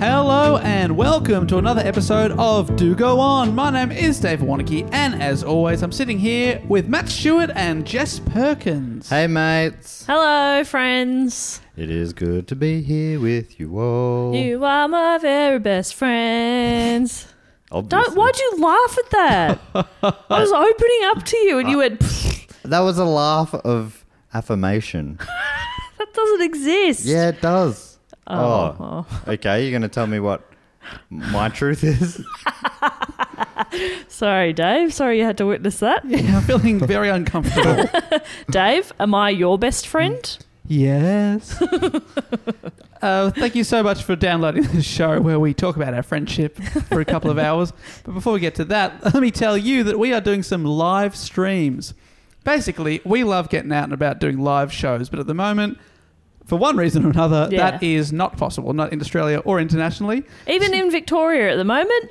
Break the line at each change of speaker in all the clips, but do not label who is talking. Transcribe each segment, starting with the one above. Hello and welcome to another episode of Do Go On. My name is Dave Warnicki, and as always, I'm sitting here with Matt Stewart and Jess Perkins.
hey, mates.
Hello, friends.
It is good to be here with you all.
You are my very best friends. Don't. Why'd you laugh at that? I was opening up to you, and you went. "Pfft,
That was a laugh of affirmation.
That doesn't exist.
yeah, it does. Oh.
Oh.
Okay, you're going to tell me what my truth is?
Sorry, Dave. Sorry you had to witness that.
Yeah, I'm feeling very uncomfortable.
Dave, am I your best friend?
yes. Uh, thank you so much for downloading this show where we talk about our friendship for a couple of hours. But before we get to that, let me tell you that we are doing some live streams. Basically, we love getting out and about doing live shows, but at the moment, for one reason or another,
Yeah.
that is not possible, not in Australia or internationally.
Even in Victoria at the moment.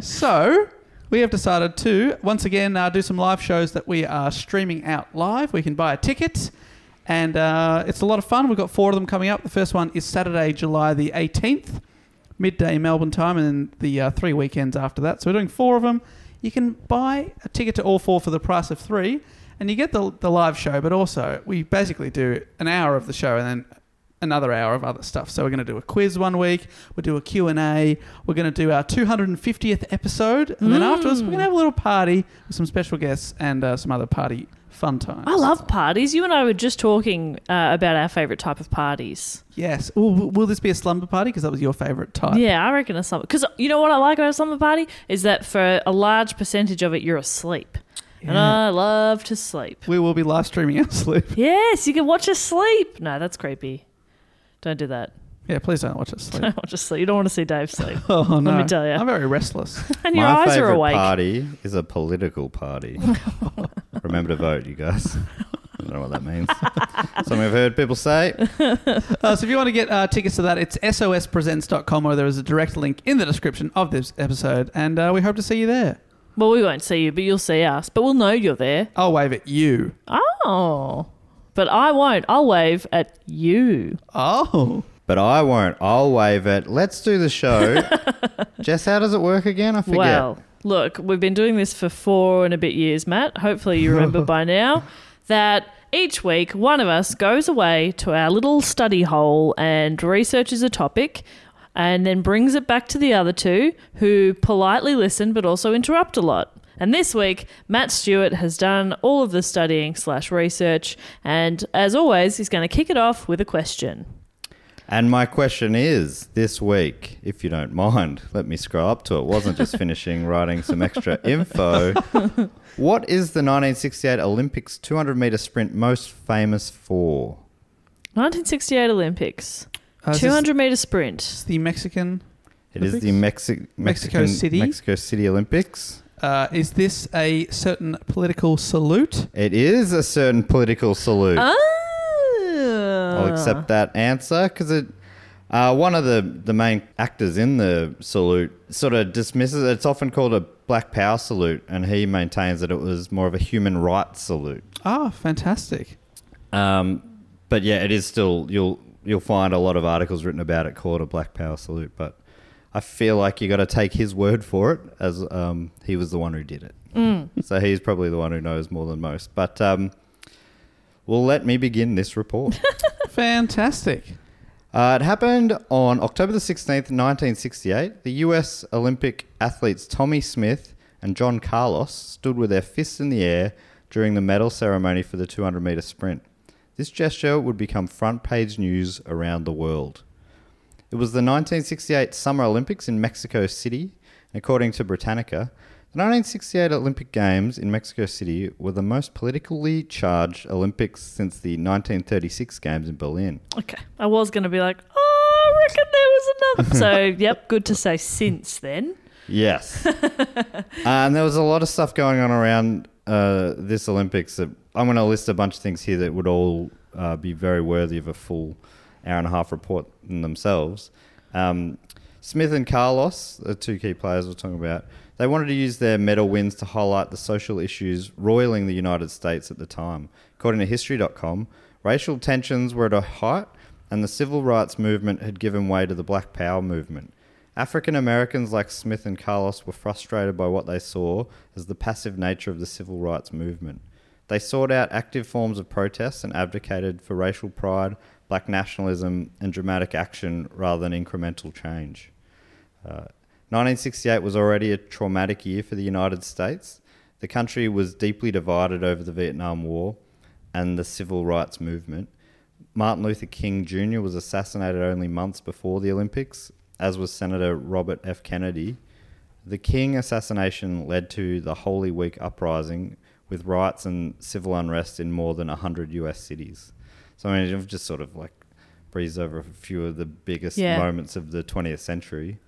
So we have decided to once again uh, do some live shows that we are streaming out live. We can buy a ticket, and uh, it's a lot of fun. We've got four of them coming up. The first one is Saturday, July the eighteenth, midday Melbourne time, and then the uh, three weekends after that. So we're doing four of them. You can buy a ticket to all four for the price of three, and you get the the live show. But also, we basically do an hour of the show and then another hour of other stuff. So we're going to do a quiz one week. We'll do a Q&A. We're going to do our 250th episode. And then afterwards, we're
Mm.
going to have a little party with some special guests and uh, some other party fun times.
I love parties. You and I were just talking uh, about our favourite type of parties.
Yes. Ooh, w- will this be a slumber party? Because that was your favourite type.
Yeah, I reckon a summer. Because you know what I like about a summer party is that for a large percentage of it, you're asleep, and I love to sleep.
We will be live streaming our sleep.
Yes, you can watch us sleep. No, that's creepy. Don't do that.
Yeah, please don't watch us sleep.
Don't watch us sleep. You don't want to see Dave sleep.
Oh, no.
me tell ya.
I'm very restless.
And your
my
eyes are
favorite
awake.
party is a political party. Remember to vote, you guys. I don't know what that means. Something I've heard people say.
Uh, so if you want to get uh, tickets to that, it's sospresents.com or there is a direct link in the description of this episode. And uh, we hope to see you there.
Well, we won't see you, but you'll see us. But we'll know you're there.
I'll wave at you.
Oh. but I won't. I'll wave at you.
Oh.
But I won't. I'll wave it. Let's do the show. Jess, how does it work again? I forget.
Well, look, we've been doing this for four and a bit years, Matt. Hopefully, you remember by now that each week one of us goes away to our little study hole and researches a topic and then brings it back to the other two who politely listen but also interrupt a lot. And this week, Matt Stewart has done all of the studying slash research, and as always, he's going to kick it off with a question.
And my question is this week, if you don't mind, let me scroll up to it. Wasn't just finishing writing some extra info. What is the 1968 Olympics 200 meter sprint most famous for?
1968 Olympics,
Uh, is this-
200 meter sprint.
It's the Mexican.
It is the Mexi-
Mexico
Mexican-
City?
Mexico City Olympics.
Uh, is this a certain political salute?
It is a certain political salute.
Oh.
I'll accept that answer because it. Uh, one of the, the main actors in the salute sort of dismisses it. It's often called a black power salute, and he maintains that it was more of a human rights salute.
Ah, fantastic.
Um, but yeah, it is still you'll you'll find a lot of articles written about it called a black power salute. But I feel like you got to take his word for it, as um, he was the one who did it. So he's probably the one who knows more than most. But um, well, let me begin this report.
Fantastic.
Uh, it happened on October the 16th, 1968. The US Olympic athletes Tommy Smith and John Carlos stood with their fists in the air during the medal ceremony for the 200 meter sprint. This gesture would become front page news around the world. It was the 1968 Summer Olympics in Mexico City, and according to Britannica, the 1968 Olympic Games in Mexico City were the most politically charged Olympics since the 1936 Games in Berlin.
Okay. I was going to be like, oh, I reckon there was another. So, yep, good to say since then.
Yes. Uh, and there was a lot of stuff going on around uh, this Olympics. That I'm going to list a bunch of things here that would all uh, be very worthy of a full hour and a half report in themselves. Um, Smith and Carlos, the two key players we're talking about, they wanted to use their medal wins to highlight the social issues roiling the United States at the time. According to History.com, racial tensions were at a height, and the civil rights movement had given way to the Black Power movement. African Americans like Smith and Carlos were frustrated by what they saw as the passive nature of the civil rights movement. They sought out active forms of protest and advocated for racial pride, black nationalism, and dramatic action rather than incremental change. Uh, 1968 was already a traumatic year for the United States. The country was deeply divided over the Vietnam War and the civil rights movement. Martin Luther King Jr. was assassinated only months before the Olympics, as was Senator Robert F. Kennedy. The King assassination led to the Holy Week uprising, with riots and civil unrest in more than 100 US cities. So, I mean, I've just sort of like breezed over a few of the biggest
Yeah.
moments of the 20th century.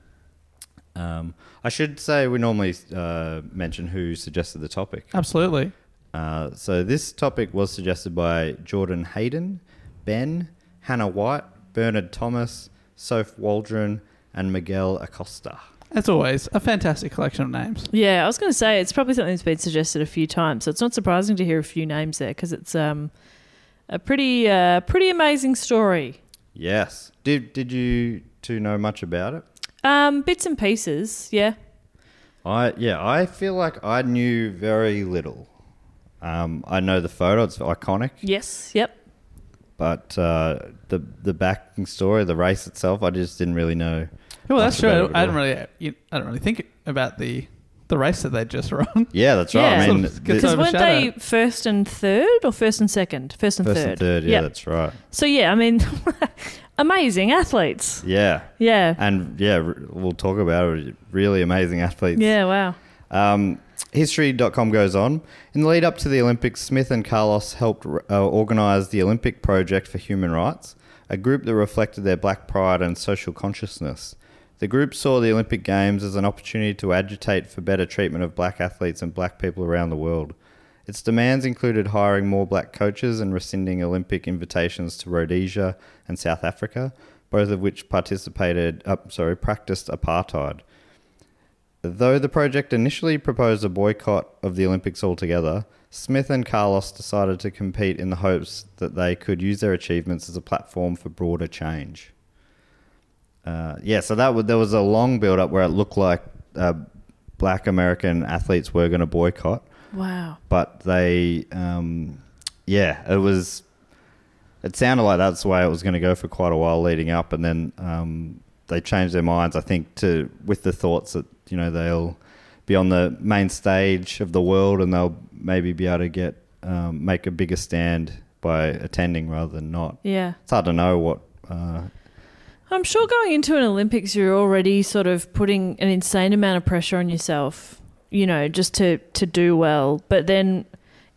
Um, I should say we normally uh, mention who suggested the topic.
Absolutely.
Uh, so this topic was suggested by Jordan Hayden, Ben, Hannah White, Bernard Thomas, Soph Waldron, and Miguel Acosta.
As always, a fantastic collection of names.
Yeah, I was going to say it's probably something that's been suggested a few times. So, it's not surprising to hear a few names there because it's um, a pretty, uh, pretty amazing story.
Yes. Did did you two know much about it?
Um, bits and pieces. Yeah.
I yeah, I feel like I knew very little. Um, I know the photo; it's iconic,
Yes. Yep.
but uh, the the backing story, the race itself, I just didn't really know.
Well,
much
that's true.
about it at
I didn't
all.
really, you, I don't really think about the the race that they just run.
Yeah, that's right. I
Yeah.
mean,
Sort of gets
the-
Because
So
weren't they
overshadowed.
first and third or first and second? First and
first
third.
and third. Yeah,
Yep.
that's right.
So, yeah, I mean, amazing athletes.
Yeah.
Yeah.
And yeah, r- we'll talk about it. Really amazing athletes.
yeah, wow.
Um, history.com goes on. In the lead up to the Olympics, Smith and Carlos helped uh, organize the Olympic Project for Human Rights, a group that reflected their black pride and social consciousness. The group saw the Olympic Games as an opportunity to agitate for better treatment of black athletes and black people around the world. Its demands included hiring more black coaches and rescinding Olympic invitations to Rhodesia and South Africa, both of which participated, uh, sorry, practiced apartheid. Though the project initially proposed a boycott of the Olympics altogether, Smith and Carlos decided to compete in the hopes that they could use their achievements as a platform for broader change. Uh, yeah, so that w- there was a long build up where it looked like uh, black American athletes were going to boycott,
Wow.
but they, um, yeah, it was. It sounded like that's the way it was going to go for quite a while leading up, and then um, they changed their minds. I think to with the thoughts that you know they'll be on the main stage of the world, and they'll maybe be able to get um, make a bigger stand by attending rather than not.
Yeah.
It's hard to know what. Uh,
I'm sure going into an Olympics, you're already sort of putting an insane amount of pressure on yourself, you know, just to, to do well. But then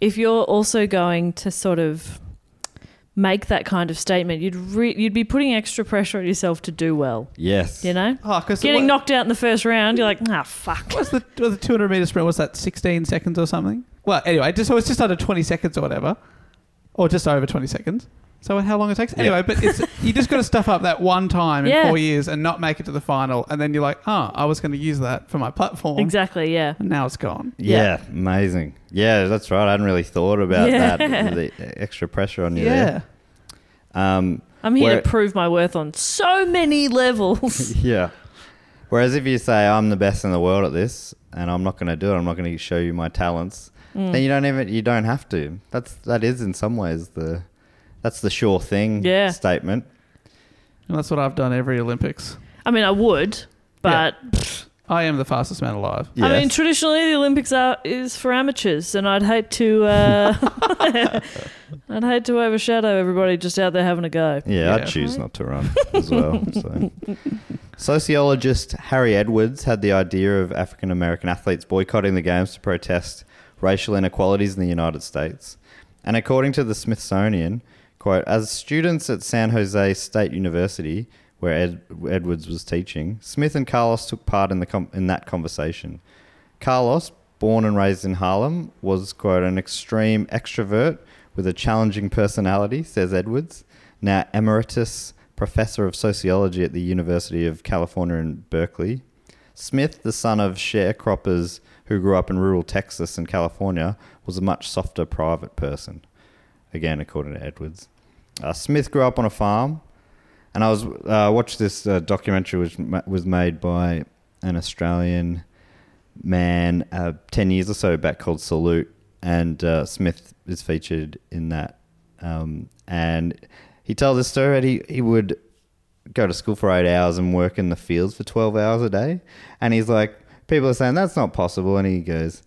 if you're also going to sort of make that kind of statement, you'd re- you'd be putting extra pressure on yourself to do well,
yes.
you know?
Oh, 'cause
Getting
what-
knocked out in the first round, you're like, ah, fuck.
What's the, what was the 200 meter sprint? What's that, 16 seconds or something? Well, anyway, just, so it's just under 20 seconds or whatever, or just over 20 seconds. So how long it takes? Anyway, but it's, you just got to stuff up that one time in
Yeah.
four years and not make it to the final, and then you're like, oh, I was going to use that for my platform,
Exactly, yeah.
and now it's gone.
Yeah, amazing. Yeah, that's right. I hadn't really thought about
Yeah.
that. The extra pressure on you
Yeah,
there. Um,
I'm here
Where-
to prove my worth on so many levels.
yeah. Whereas if you say I'm the best in the world at this, and I'm not going to do it, I'm not going to show you my talents, then you don't even you don't have to. That's that is in some ways the that's the sure thing
Yeah.
statement.
and that's what I've done every Olympics.
I mean, I would, but
I am the fastest man alive.
I mean,
Yes.
traditionally the Olympics are is for amateurs, and I'd hate to, uh, I'd hate to overshadow everybody just out there having a go.
Yeah,
Yeah.
I'd choose not to run as well. So. Sociologist Harry Edwards had the idea of African American athletes boycotting the games to protest racial inequalities in the United States. And according to the Smithsonian, quote, as students at San Jose State University, where Ed- Edwards was teaching, Smith and Carlos took part in, the com- in that conversation. Carlos, born and raised in Harlem, was, quote, an extreme extrovert with a challenging personality, says Edwards, now emeritus professor of sociology at the University of California in Berkeley. Smith, the son of sharecroppers who grew up in rural Texas and California, was a much softer private person, again, according to Edwards. Uh, Smith grew up on a farm and I was uh, watched this uh, documentary which ma- was made by an Australian man uh, ten years or so back called Salute, and uh, Smith is featured in that. Um, and he tells this story. that He he would go to school for eight hours and work in the fields for twelve hours a day, and he's like, people are saying that's not possible, and he goes,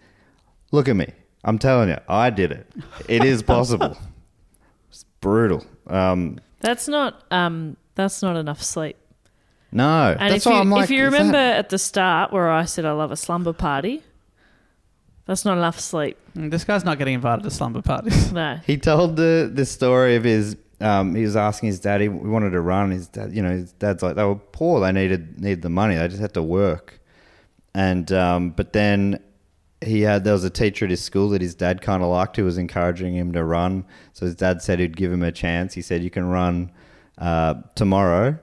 look at me. I'm telling you, I did it. It is possible. It's brutal. Um,
That's not, um, that's not enough sleep.
no,
And
that's
if you,
why I'm like.
if you
is that-
remember at the start where I said I love a slumber party, that's not enough sleep.
Mm, This guy's not getting invited to slumber parties.
No,
He told the the story of his. Um, he was asking his daddy. He wanted to run. His dad, you know, his dad's like they were poor. They needed needed the money. They just had to work. And um, but then he had there was a teacher at his school that his dad kind of liked who was encouraging him to run. So his dad said he'd give him a chance. He said you can run uh, tomorrow,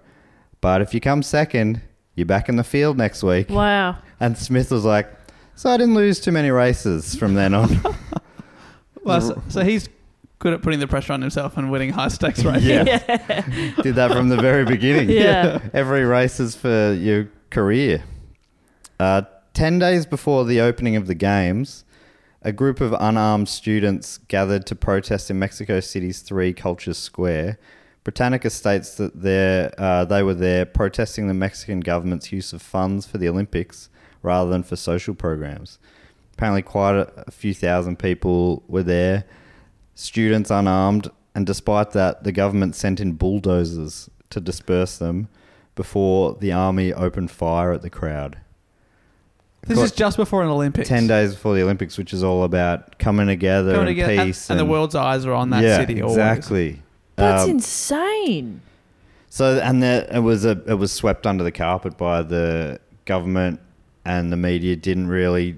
but if you come second, you're back in the field next week.
wow.
And Smith was like, so I didn't lose too many races from then on.
well, so,
Mm-hmm.
so he's good at putting the pressure on himself and winning high stakes races.
Yeah. Um, Did that from the very beginning.
Yeah.
Every race is for your career. Uh, 10 days before the opening of the Games, a group of unarmed students gathered to protest in Mexico City's Three Cultures Square. Britannica states that they're, uh, they were there protesting the Mexican government's use of funds for the Olympics rather than for social programs. Apparently, quite a, a few thousand people were there, students unarmed, and despite that, the government sent in bulldozers to disperse them before the army opened fire at the crowd.
This is just before an Olympics.
10 days before the Olympics, which is all about coming together
Coming
and
together, and,
peace.
and the world's eyes are on that
yeah,
city. Always.
Exactly.
That's
Um,
insane.
So and the, it was a it was swept under the carpet by the government and the media didn't really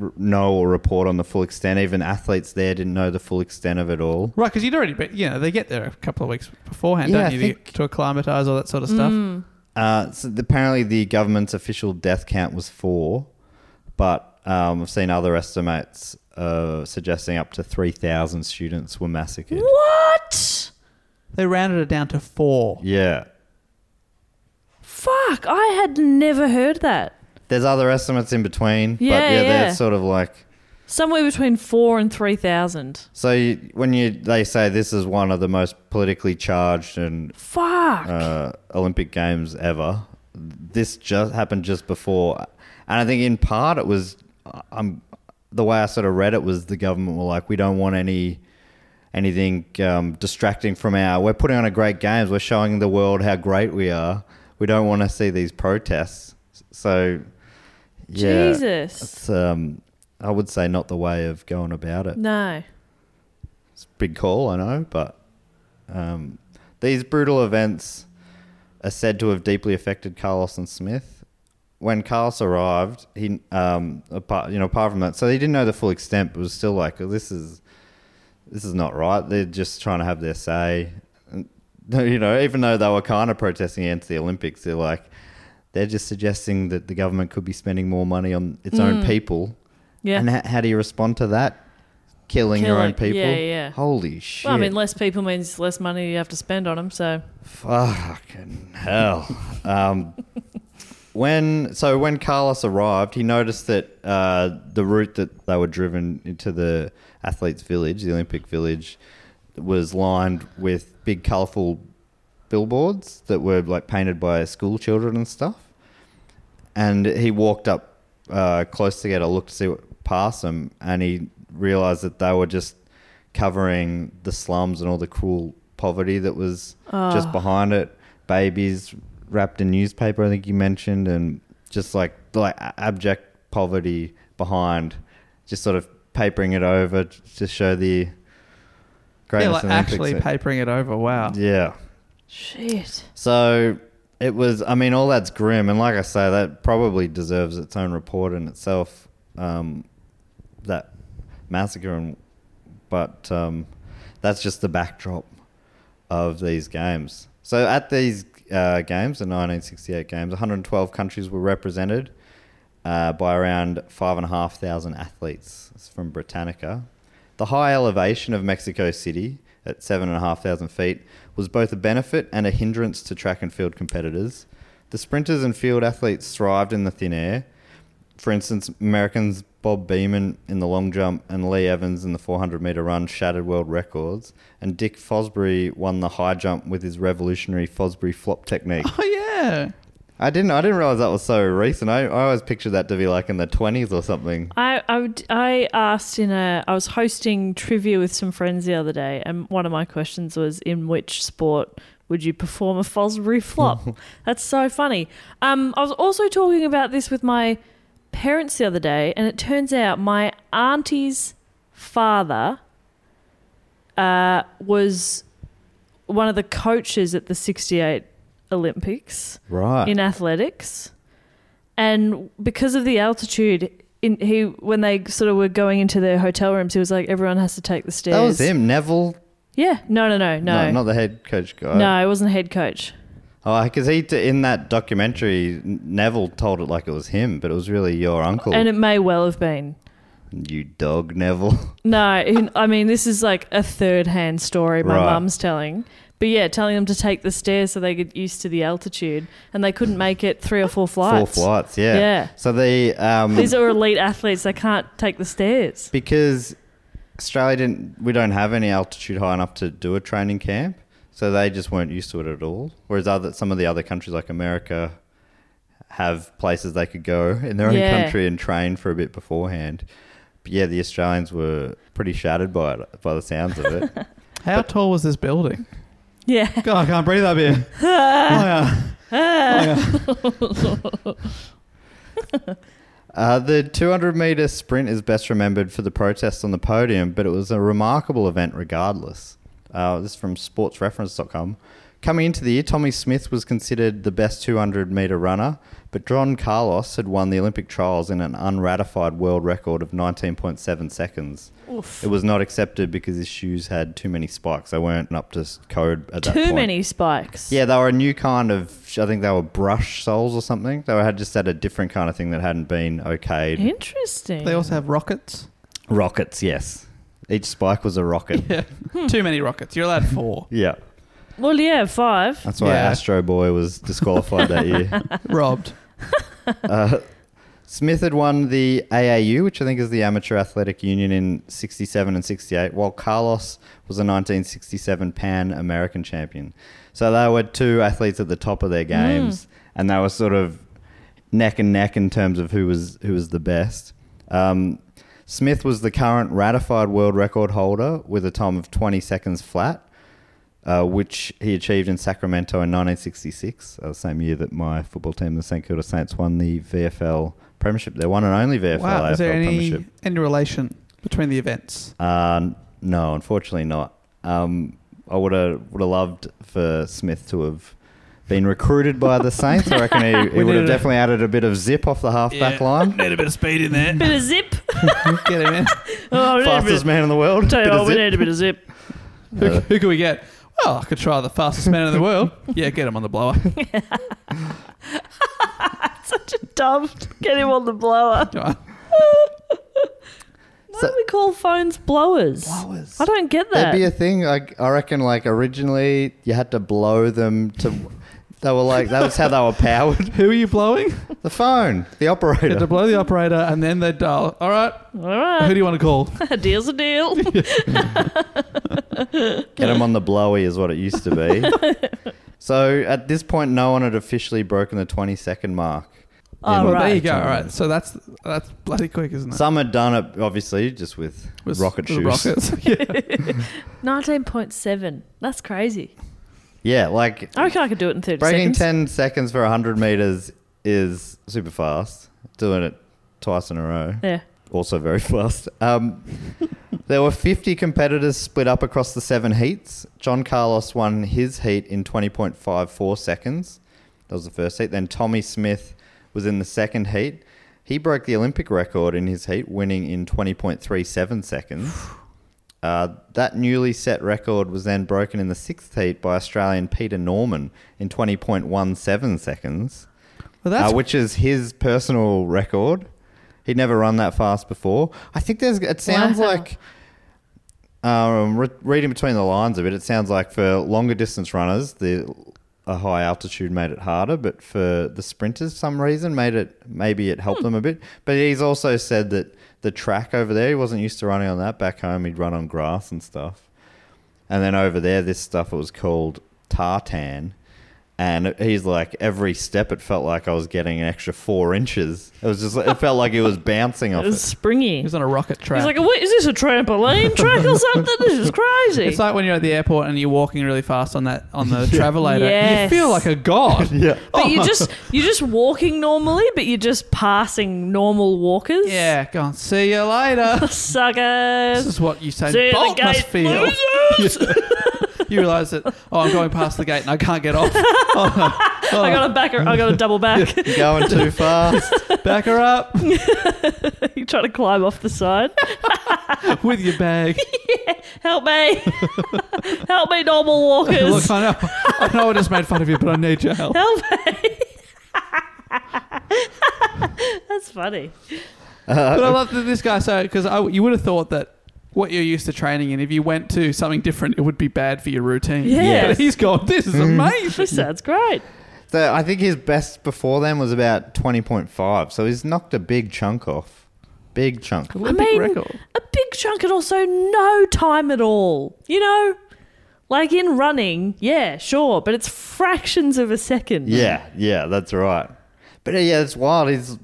r- know or report on the full extent. Even athletes there didn't know the full extent of it all.
Right, because you'd already, be, you know, they get there a couple of weeks beforehand,
Yeah,
don't
I
you,
think-
to, to acclimatise all that sort of stuff.
Uh, so apparently, the government's official death count was four, but um, I've seen other estimates uh, suggesting up to 3,000 students were massacred.
What?
They rounded it down to four.
Yeah.
Fuck! I had never heard that.
There's other estimates in between,
Yeah,
but yeah,
yeah.
they're sort of like.
Somewhere between four and three thousand.
So you, when you they say this is one of the most politically charged and
Fuck.
uh, Olympic Games ever. This just happened just before, and I think in part it was um, the way I sort of read it was the government were like, we don't want any anything um, distracting from our. We're putting on a great games. We're showing the world how great we are. We don't want to see these protests. So, yeah,
Jesus.
it's, um, I would say not the way of going about it.
no.
It's a big call, I know, but um, these brutal events are said to have deeply affected Carlos and Smith. When Carlos arrived, he um, apart you know apart from that, so he didn't know the full extent, but was still like, "Oh, "This is this is not right." They're just trying to have their say, And, you know. Even though they were kind of protesting against the Olympics, they're like, they're just suggesting that the government could be spending more money on its own people.
Yeah.
And ha- how do you respond to that? Killing your
Killing-
own people.
yeah, yeah.
Holy shit.
Well, I mean, less people means less money you have to spend on them. So
Fucking hell. um, when so when Carlos arrived, he noticed that uh, the route that they were driven into the athletes' village, the Olympic Village, was lined with big, colourful billboards that were like painted by school children and stuff. And he walked up uh, close to get a look to see what past them, and he realized that they were just covering the slums and all the cruel poverty that was just behind it. Babies wrapped in newspaper, I think you mentioned, and just like like a- abject poverty behind, just sort of papering it over t- to show the
Yeah,
greatness
like
of the Olympics.
actually papering it over. Wow.
Yeah.
shit.
So it was, I mean, all that's grim. And like I say, that probably deserves its own report in itself, um, that massacre. And, but um, that's just the backdrop of these games. So at these uh, games, the 1968 games, 112 countries were represented uh, by around 5,500 athletes It's from Britannica. The high elevation of Mexico City at 7,500 feet was both a benefit and a hindrance to track and field competitors. The sprinters and field athletes thrived in the thin air. For instance, Americans Bob Beeman in the long jump and Lee Evans in the 400 meter run shattered world records, and Dick Fosbury won the high jump with his revolutionary Fosbury flop technique.
Oh yeah.
I didn't I didn't realize that was so recent. I, I always pictured that to be like in the 20s or something.
I, I, would- I asked in a I was hosting trivia with some friends the other day, and one of my questions was, in which sport would you perform a Fosbury flop? That's so funny. Um, I was also talking about this with my parents the other day, and it turns out my auntie's father uh, was one of the coaches at the '68 Olympics
Right.
in athletics, and because of the altitude, in he when they sort of were going into their hotel rooms, he was like, "Everyone has to take the stairs."
that was him, Neville.
Yeah, no, no, no, no,
No, not the head coach guy.
no. It wasn't head coach.
Oh, because he t- in that documentary N- Neville told it like it was him, but it was really your uncle.
And it may well have been.
you dog, Neville.
No, in- I mean this is like a third-hand story my
Right.
mum's telling. But yeah, telling them to take the stairs so they get used to the altitude, and they couldn't make it three or four
Four
flights.
flights, yeah.
Yeah.
So the um,
These are elite athletes; they can't take the stairs.
because Australia didn't. We don't have any altitude high enough to do a training camp, so they just weren't used to it at all. Whereas other some of the other countries like America have places they could go in their
Yeah.
own country and train for a bit beforehand. But yeah, the Australians were pretty shattered by it, by the sounds of it.
How tall was this building?
Yeah.
God, I can't breathe up here. oh, yeah.
Uh, the 200 meter sprint is best remembered for the protest on the podium, but it was a remarkable event regardless. Uh, this is from sportsreference.com. Coming into the year, Tommy Smith was considered the best 200 meter runner, but John Carlos had won the Olympic trials in an unratified world record of 19.7 seconds. It was not accepted because his shoes had too many spikes. They weren't up to s- code at that point.
Too many spikes.
Yeah, they were a new kind of. I think they were brush soles or something. They had just had a different kind of thing that hadn't been okayed.
Interesting.
They also have rockets.
Rockets, yes. Each spike was a rocket. Yeah,
Hmm. Too many rockets. You're allowed four.
well, yeah, five.
that's why
Yeah.
Astro Boy was disqualified that year.
Robbed.
Smith had won the AAU, which I think is the Amateur Athletic Union in 67 and 68, while Carlos was a 1967 Pan American champion. So they were two athletes at the top of their games, and they were sort of neck and neck in terms of who was who was the best. Um, Smith was the current ratified world record holder with a time of 20 seconds flat, uh, which he achieved in Sacramento in 1966, uh, the same year that my football team, the St Kilda Saints, won the VFL Premiership. Their one and only VFL
Wow.
AFL
Is there
Premiership.
any, any relation between the events?
Uh, n- no, unfortunately not. Um, I would have would have loved for Smith to have been recruited by the Saints. I reckon he, he
We
would have
needed a-
definitely added a bit of zip off the halfback line.
Need a bit of speed in there.
Bit of zip.
get him in.
Oh, we need a bit
Fastest
of-
man in the world.
Tell you
Bit of
what, we
zip.
need a bit of zip.
Who, who can we get? Well, I could try the fastest man in the world. Yeah, get him on the blower.
Such a dumb. Get him on the blower.
Come on.
Why do we call phones blowers? Blowers. I don't get that.
That'd be a thing. Like I reckon, like originally you had to blow them to. They were like that was how they were powered.
Who are you blowing?
The phone, the
You have
operator.
to blow the operator and then they dial. All right,
All right.
who do you want to call?
a deal's a deal.
Get them on the blowy is what it used to be. so at this point, no one had officially broken the twenty-second mark.
Oh,
in-
right.
There you go. All right, so that's that's bloody quick, isn't it?
Some had done it, obviously, just with,
With-
rocket
with
shoes.
rockets. Yeah.
19.7. That's crazy.
Yeah, like
I reckon I could do it in 30
breaking
seconds.
10 seconds for 100 meters is super fast. Doing it twice in a row,
Yeah.
also very fast. Um, there were 50 competitors split up across the seven heats. John Carlos won his heat in 20.54 seconds. That was the first heat. Then Tommy Smith was in the second heat. He broke the Olympic record in his heat, winning in 20.37 seconds. Uh, that newly set record was then broken in the sixth heat by Australian Peter Norman in 20.17 seconds,
Well,
uh,
that's
which is his personal record. He'd never run that fast before. I think there's. It sounds
Wow.
like. Um, re- reading between the lines a bit, it sounds like for longer distance runners, the a high altitude made it harder, but for the sprinters, some reason made it maybe it
Hmm.
helped them a bit. But he's also said that the track over there, he wasn't used to running on that. Back home, he'd run on grass and stuff. And then over there, this stuff was called tartan. And he's like, every step, it felt like I was getting an extra four inches. It was just, it felt like it was bouncing off
It was
it.
springy.
he's on a rocket track.
He's like, what, is this a trampoline track or something? This is crazy.
It's like when you're at the airport and you're walking really fast on that on the travelator.
Yes.
You feel like a god.
Yeah.
but you're just you're just walking normally, but you're just passing normal walkers.
Yeah, go on. See you later. this
Suckers.
is what you
See you
say.
at
Bolt
the
must
gate.
feel.
losers.
You realise that oh, I'm going past the gate and I can't get off. Oh,
I got a back. I got a double back.
Going too fast.
Back her up
you try to climb off the side.
with your bag.
Help me. Help me, normal walkers.
Look, I know, I know, I just made fun of you, but I need your help.
Help me. That's funny.
But I love that this guy. So, because you would have thought that what you're used to training in, if you went to something different, it would be bad for your routine.
Yes.
But he's gone. This is
Mm-hmm.
amazing.
This sounds great.
So I think his best before then was about 20.5. So he's knocked a big chunk off. Big chunk.
Olympic
I mean,
record.
a big chunk and also no time at all. You know, like in running, yeah, sure, but it's fractions of a second.
Yeah, yeah, that's right. But uh, yeah, it's wild. He's,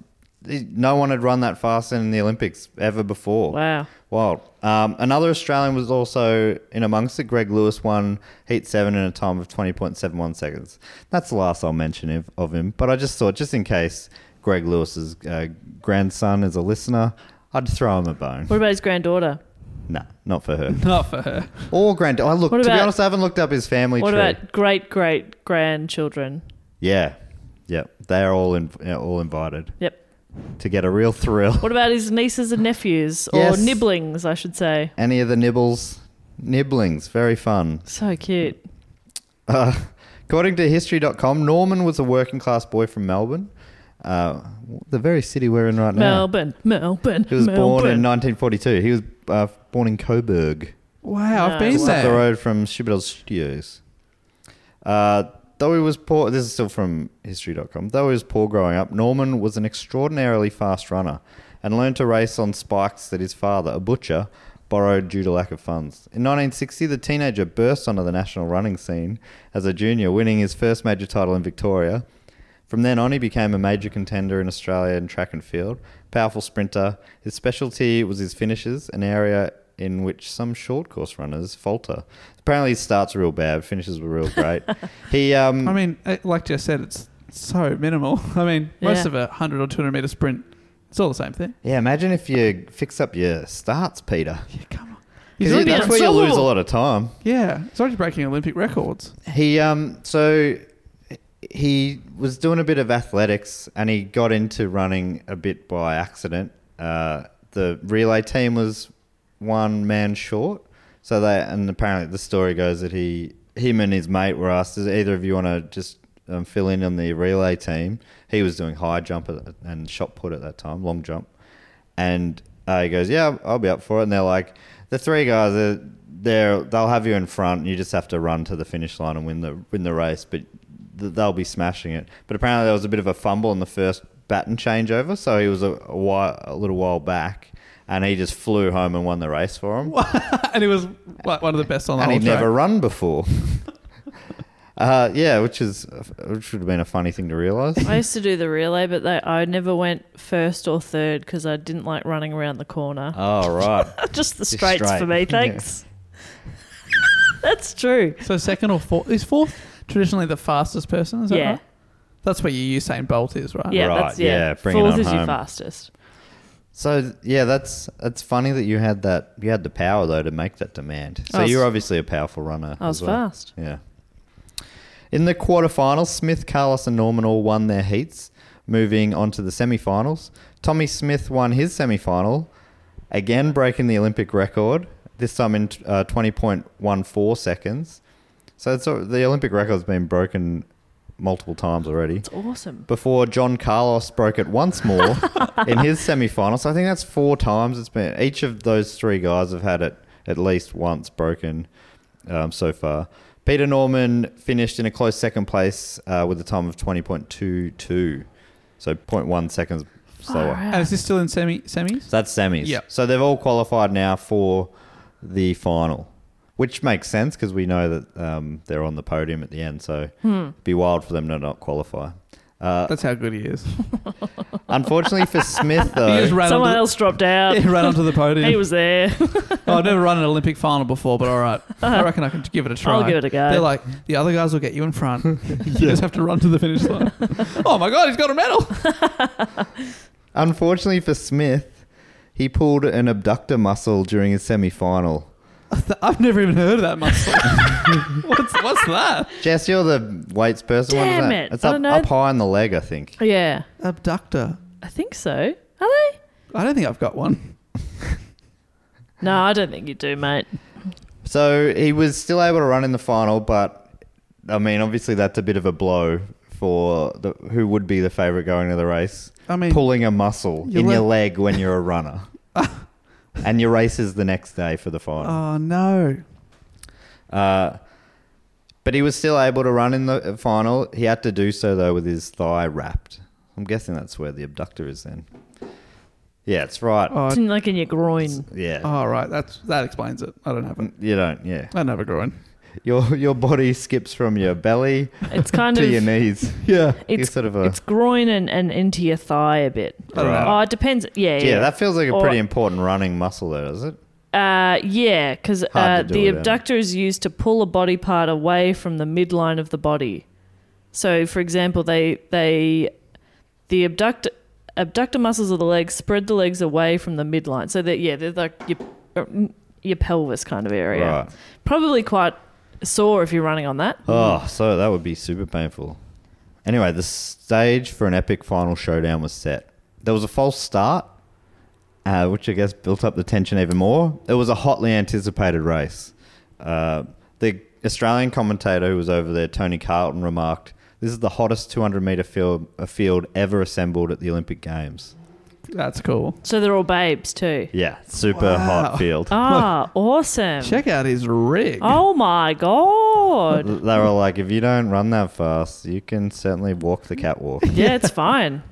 he, no one had run that fast in the Olympics ever before.
Wow.
Wild. Um, another Australian was also in amongst it. Greg Lewis won Heat 7 in a time of 20.71 seconds. That's the last I'll mention of, of him. But I just thought, just in case Greg Lewis's uh, grandson is a listener, I'd throw him a bone.
What about his granddaughter?
Nah, not for her.
Not for her.
or grand. I look.
What
to be
about-
honest, I haven't looked up his family
What
tree.
about great great grandchildren?
Yeah, yeah, they are all in, yeah, all invited
Yep.
to get a real thrill.
What about his nieces and nephews or
Yes.
nibblings, I should say?
Any of the nibbles, nibblings, very fun.
So cute.
Uh, according to history.com, Norman was a working class boy from Melbourne, uh, the very city we're in right now.
Melbourne, Melbourne.
He was born
Melbourne.
in 1942. He was uh, born in Coburg,
Wow, I've
Nice.
been
just up the
there.
road from Shibidel Studios. Uh, though he was poor, this is still from history.com. Though he was poor growing up, Norman was an extraordinarily fast runner and learned to race on spikes that his father, a butcher, borrowed due to lack of funds. In 1960, the teenager burst onto the national running scene as a junior, winning his first major title in Victoria. From then on, he became a major contender in Australia in track and field. Powerful sprinter, his specialty was his finishes, an area in which some short course runners falter. Apparently, his starts were real bad, finishes were real great. he, um,
I mean, eh, like Jess said, it's so minimal. I mean, most
Yeah.
of a 100 or 200 meter sprint, it's all the same thing.
yeah, imagine if you fix up your starts, Peter.
Yeah, come on.
'Cause
He's already,
that's where you lose a lot of time.
yeah, he's already breaking Olympic records.
He um so he was doing a bit of athletics and he got into running a bit by accident. Uh, the relay team was one man short, so they and apparently the story goes that he him and his mate were asked, "Does either of you want to just um, fill in on the relay team?" He was doing high jump at- and shot put at that time, long jump, and uh, he goes, "Yeah, I'll be up for it." And they're like, "The three guys are there. They'll have you in front. And you just have to run to the finish line and win the win the race." But th- they'll be smashing it. But apparently there was a bit of a fumble in the first baton changeover, so he was a, a, while, a little while back, and he just flew home and won the race for him
and he was like one of the best on the
and
whole
he'd
track.
never run before. uh, yeah, which is which would have been a funny thing to realize.
I used to do the relay, but they, I never went first or third because I didn't like running around the corner.
Oh right,
Just the
Just
straights for
straight.
me,
Yeah.
thanks. That's true.
So second or fourth is fourth traditionally the fastest person. Is that
Yeah.
right? That's where your Usain Bolt is, right?
Yeah,
Right,
that's yeah.
yeah, bring it
Fourth
on
is your
home.
fastest.
so yeah, that's it's funny that you had that you had the power though to make that demand. So
I was-
you're obviously a powerful runner.
I was
as well.
fast.
Yeah. In the quarterfinals, Smith, Carlos, and Norman all won their heats, moving on to the semifinals. Tommy Smith won his semifinal, again breaking the Olympic record, this time in uh, 20.14 seconds. So it's, al- the Olympic record's been broken multiple times already.
Awesome.
Before John Carlos broke it once more in his semifinal. So I think that's four times it's been. Each of those three guys have had it at least once broken um, so far. Peter Norman finished in a close second place uh, with a time of 20.22. So 0.1 seconds slower.
And is this still in semi semis?
So that's semis.
Yep.
So they've all qualified now for the final, which makes sense because we know that um, they're on the podium at the end. So
Hmm.
it'd be wild for them to not qualify. Uh,
That's how good he is.
Unfortunately for Smith, though,
he just ran
Someone
onto,
else dropped out.
He ran onto the podium.
Um, He was there.
oh, I've never run an Olympic final before, but all right. I reckon I can give it a try.
Uh-huh. I'll give it a go.
They're like, the other guys will get you in front. You just have to run to the finish line. oh my God, he's got a medal.
Unfortunately for Smith, he pulled an abductor muscle during his semi-final.
I've never even heard of that muscle. what's, what's that?
Jess, you're the weights person. what is
Damn
that?
it.
It's
I
up,
don't know.
up high on the leg, I think.
yeah,
Abductor.
I think so. Are they?
I don't think I've got one.
No, I don't think you do, mate.
So he was still able to run in the final, but I mean, obviously that's a bit of a blow for the, who would be the favourite going to the race.
I mean-
pulling a muscle
Your
in your
leg-
leg when you're a runner, and your race is the next day for the final.
Oh no.
Uh, but he was still able to run in the final. He had to do so though with his thigh wrapped. I'm guessing that's where the abductor is then. Yeah, it's right.
It's in, like in your groin.
Yeah,
All right, That's, that explains it. I don't have one.
you don't. Yeah,
I don't have a groin.
your your body skips from your belly
It's kind
to
of
your knees. Yeah, it's sort of a
it's groin and, and into your thigh a bit. Oh, it depends. Yeah, yeah.
yeah. That feels like a
Or-
pretty important running muscle, though, does it?
Uh, yeah, because
Hard to
uh,
do
the
without it.
abductor is used to pull a body part away from the midline of the body. So, for example, they they the abductor abductor muscles of the legs spread the legs away from the midline, so that yeah, they're like you, uh, your pelvis kind of area.
Right.
Probably quite sore if you're running on that.
Oh, so that would be super painful. Anyway, the stage for an epic final showdown was set. There was a false start, uh, which I guess built up the tension even more. It was a hotly anticipated race. Uh, the Australian commentator who was over there, Tony Carlton, remarked, "This is the hottest 200 meter field a field ever assembled at the Olympic Games."
That's cool.
So they're all babes too.
Yeah, super hot field.
Ah, awesome.
Check out his rig.
Oh my god.
They were like, "If you don't run that fast, you can certainly walk the catwalk."
Yeah, it's fine.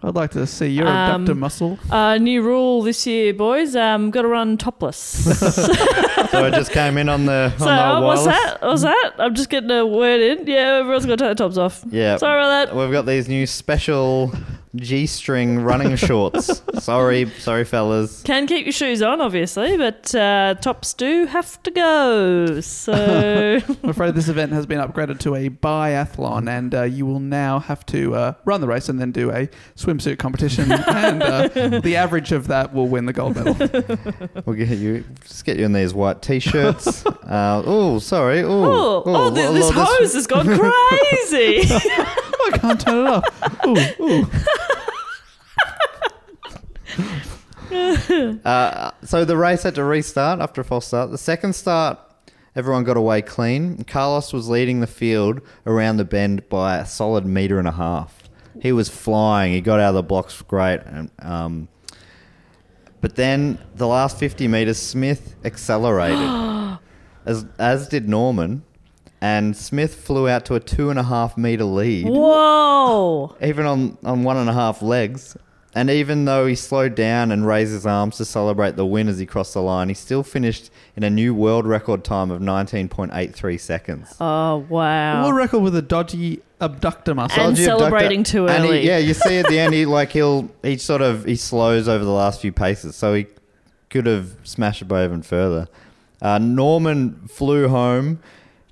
I'd like to see your
Um,
abductor muscle.
Uh, new rule this year, boys. Um, got to run topless.
so I just came in on the on
So
the
uh,
old
what's
wireless.
that? What's that? I'm just getting a word in. Yeah, everyone's got to take their tops off.
Yeah.
Sorry about that.
We've got these new special G-string running shorts. sorry, sorry, fellas.
Can keep your shoes on, obviously, but uh, tops do have to go. So oh,
I'm afraid this event has been upgraded to a biathlon, and uh, you will now have to uh, run the race and then do a swimsuit competition. and uh, the average of that will win the gold medal.
We'll get you, just get you in these white T-shirts. uh, oh, sorry. Oh,
oh, oh, th- this hose has gone crazy.
I can't turn it off. Ooh, ooh.
Uh, so the race had to restart after a false start. The second start, everyone got away clean. Carlos was leading the field around the bend by a solid meter and a half. He was flying. He got out of the blocks great. And, um, but then the last 50 meters, Smith accelerated, as, as did Norman. And Smith flew out to a two and a half meter lead
Whoa.
even on, on one and a half legs. And even though he slowed down and raised his arms to celebrate the win as he crossed the line, he still finished in a new world record time of 19.83 seconds.
Oh wow.
World record with a dodgy abductor muscle.
And
Told you,
celebrating too
and he-
early.
yeah, you see at the end, he like he'll he sort of he slows over the last few paces, so he could have smashed it by even further. Uh, Norman flew home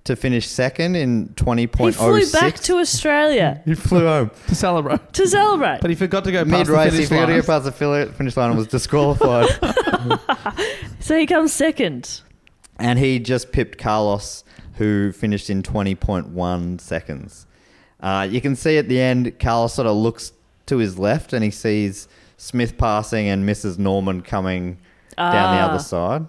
to finish second in 20.06.
he flew back to Australia
he flew home.
to celebrate.
to celebrate.
But he forgot to go past
Mid
the
race, he
finish
forgot to
line.
get past the fili- finish line and was disqualified.
so he comes second.
And he just pipped Carlos, who finished in 20.1 seconds. Uh, you can see at the end, Carlos sort of looks to his left and he sees Smith passing and Mrs. Norman coming down the other side.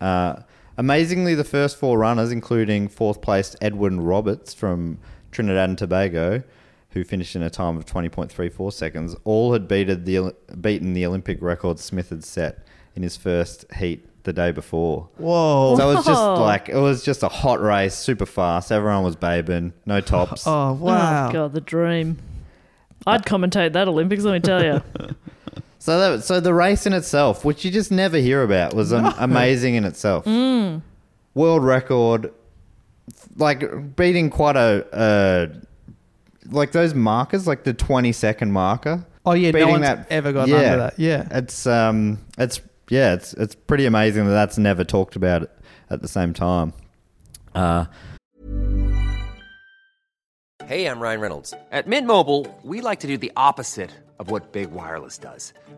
Uh, amazingly, the first four runners, including fourth placed Edwin Roberts from Trinidad and Tobago, who finished in a time of 20.34 seconds, all had beated the, Oli- beaten the Olympic record Smith had set in his first heat the day before.
Whoa.
So it was just
Whoa.
like it was just a hot race, super fast. Everyone was babing, no tops.
Oh, wow.
Oh god, the dream. I'd commentate that Olympics, let me tell you.
So that so the race in itself, which you just never hear about, was um, amazing in itself.
Mm.
World record, like beating quite a uh, like those markers, like the twenty second marker.
Oh, yeah, no
beating
one's ever gotten under that. Yeah.
it's um, it's yeah, it's it's pretty amazing that that's never talked about at the same time. Uh,
Hey, I'm Ryan Reynolds. At Mint Mobile, we like to do the opposite of what Big Wireless does.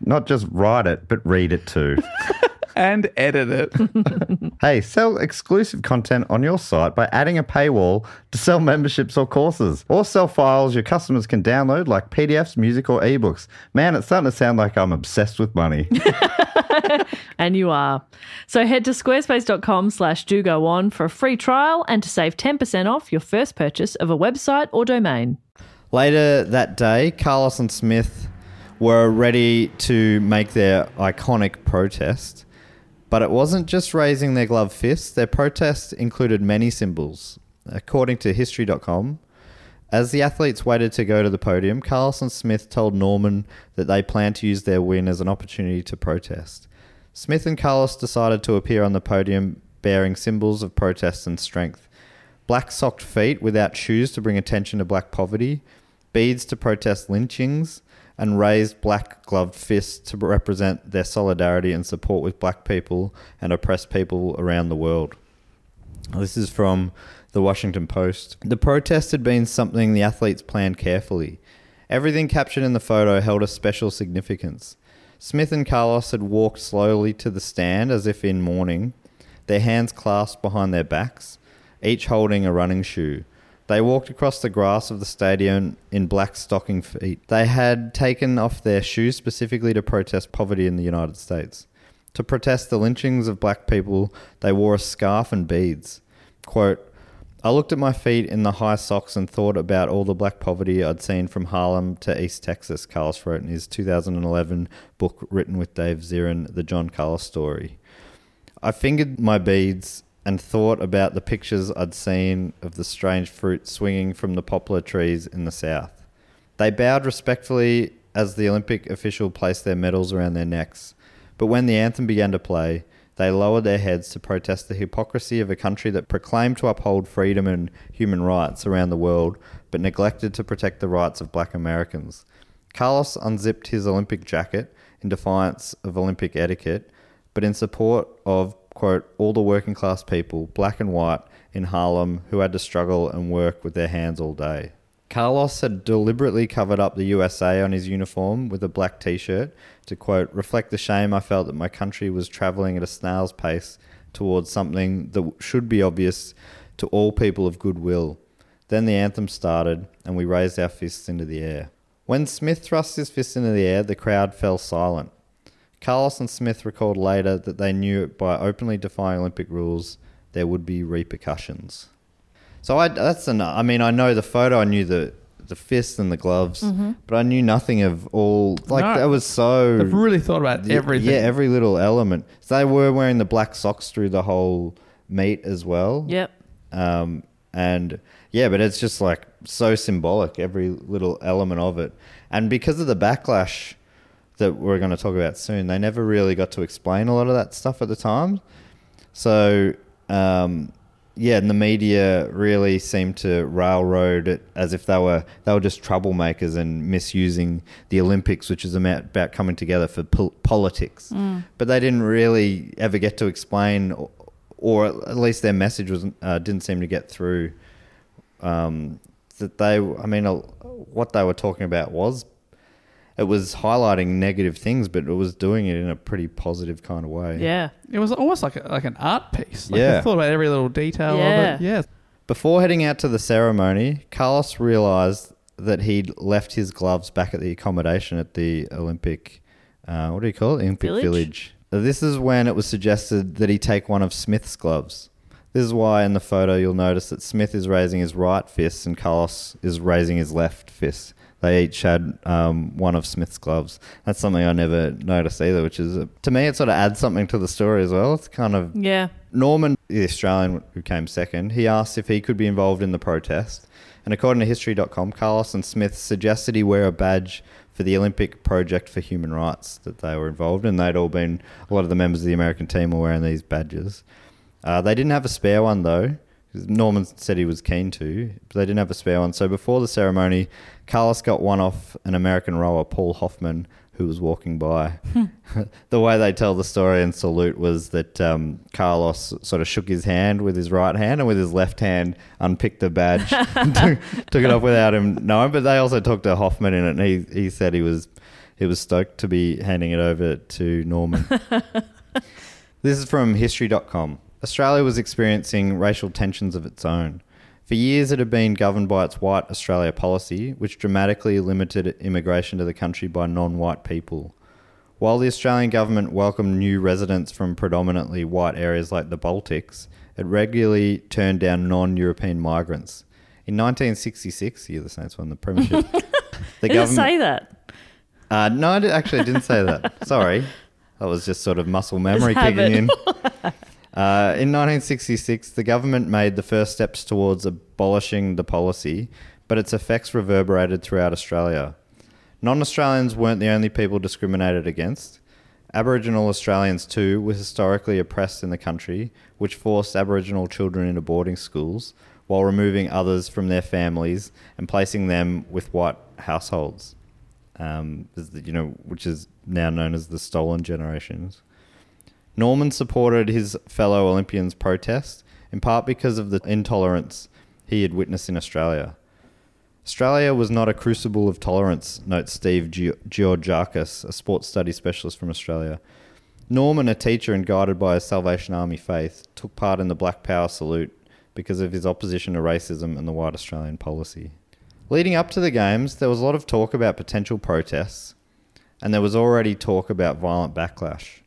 not just write it, but read it too.
and edit it.
hey, sell exclusive content on your site by adding a paywall to sell memberships or courses, or sell files your customers can download like PDFs, music, or ebooks. Man, it's starting to sound like I'm obsessed with money.
And you are. So head to squarespace.com slash do go on for a free trial and to save 10% off your first purchase of a website or domain.
Later that day, Carlos and Smith were ready to make their iconic protest. But it wasn't just raising their gloved fists, their protest included many symbols. According to History.com, as the athletes waited to go to the podium, Carlos and Smith told Norman that they planned to use their win as an opportunity to protest. Smith and Carlos decided to appear on the podium bearing symbols of protest and strength black socked feet without shoes to bring attention to black poverty, beads to protest lynchings, and raised black gloved fists to represent their solidarity and support with black people and oppressed people around the world. This is from the Washington Post. The protest had been something the athletes planned carefully. Everything captured in the photo held a special significance. Smith and Carlos had walked slowly to the stand as if in mourning, their hands clasped behind their backs, each holding a running shoe. They walked across the grass of the stadium in black stocking feet. They had taken off their shoes specifically to protest poverty in the United States. To protest the lynchings of black people, they wore a scarf and beads. Quote, I looked at my feet in the high socks and thought about all the black poverty I'd seen from Harlem to East Texas, Carlos wrote in his 2011 book written with Dave Zirin, The John Carlos Story. I fingered my beads and thought about the pictures I'd seen of the strange fruit swinging from the poplar trees in the south. They bowed respectfully as the Olympic official placed their medals around their necks. But when the anthem began to play, they lowered their heads to protest the hypocrisy of a country that proclaimed to uphold freedom and human rights around the world, but neglected to protect the rights of black Americans. Carlos unzipped his Olympic jacket in defiance of Olympic etiquette, but in support of, quote, all the working class people, black and white, in Harlem who had to struggle and work with their hands all day. Carlos had deliberately covered up the USA on his uniform with a black t shirt to, quote, reflect the shame I felt that my country was traveling at a snail's pace towards something that should be obvious to all people of goodwill. Then the anthem started, and we raised our fists into the air. When Smith thrust his fist into the air, the crowd fell silent. Carlos and Smith recalled later that they knew by openly defying Olympic rules there would be repercussions. So I, that's an. I mean, I know the photo. I knew the the fist and the gloves, but I knew nothing of all. Like
No.
that was so.
They've really thought about
Yeah,
everything.
Yeah, every little element. So they were wearing the black socks through the whole meet as well.
Yep.
Um, and yeah, but it's just like so symbolic, every little element of it. And because of the backlash that we're going to talk about soon, they never really got to explain a lot of that stuff at the time. So, um, yeah, and the media really seemed to railroad it as if they were they were just troublemakers and misusing the Olympics, which is ama- about coming together for pol- politics. But they didn't really ever get to explain, or, or at least their message was uh, didn't seem to get through. Um, that they, I mean, uh, what they were talking about was it was highlighting negative things, but it was doing it in a pretty positive kind of way.
Yeah.
It was almost like a, like an art piece. Like
Yeah.
They thought about every little detail
Yeah.
of it. Yeah.
Before heading out to the ceremony, Carlos realized that he'd left his gloves back at the accommodation at the Olympic, uh, what do you call it? Olympic
Village?
Village. Uh, This is when it was suggested that he take one of Smith's gloves. This is why in the photo you'll notice that Smith is raising his right fist and Carlos is raising his left fist. They each had um, one of Smith's gloves. That's something I never noticed either, which is, uh, to me, it sort of adds something to the story as well. It's kind of
Yeah.
Norman, the Australian who came second, he asked if he could be involved in the protest. And according to History.com, Carlos and Smith suggested he wear a badge for the Olympic Project for Human Rights that they were involved in. They'd all been, a lot of the members of the American team were wearing these badges. Uh, they didn't have a spare one though. 'cause Norman said he was keen to, but they didn't have a spare one. So before the ceremony, Carlos got one off an American rower, Paul Hoffman, who was walking by. the way they tell the story and salute was that um, Carlos sort of shook his hand with his right hand and with his left hand unpicked the badge, and took, took it off without him knowing. But they also talked to Hoffman in it, and he, he said he was
He was stoked to be handing it over to Norman. this is from history.com. Australia was experiencing racial tensions of its own. For years, it had been governed by its white Australia policy, which dramatically limited immigration to the country by non white people. While the Australian government welcomed new residents from predominantly white areas like the Baltics, it regularly turned down non European migrants. In 1966, yeah, the Saints won the premiership. the
They didn't say that.
Uh, no, I di- actually, I didn't say that. Sorry. That was just sort of muscle memory kicking in. Uh, in 1966, the government made the first steps towards abolishing the policy, but its effects reverberated throughout Australia. Non Australians weren't the only people discriminated against. Aboriginal Australians, too, were historically oppressed in the country, which forced Aboriginal children into boarding schools while removing others from their families and placing them with white households, um, is the- you know, which is now known as the stolen generations. Norman supported his fellow Olympians' protest in part because of the intolerance he had witnessed in Australia. Australia was not a crucible of tolerance, notes Steve Geo- Georgiakis, a sports study specialist from Australia. Norman, a teacher and guided by his Salvation Army faith, took part in the Black Power salute because of his opposition to racism and the white Australian policy. Leading up to the Games, there was a lot of talk about potential protests, and there was already talk about violent backlash.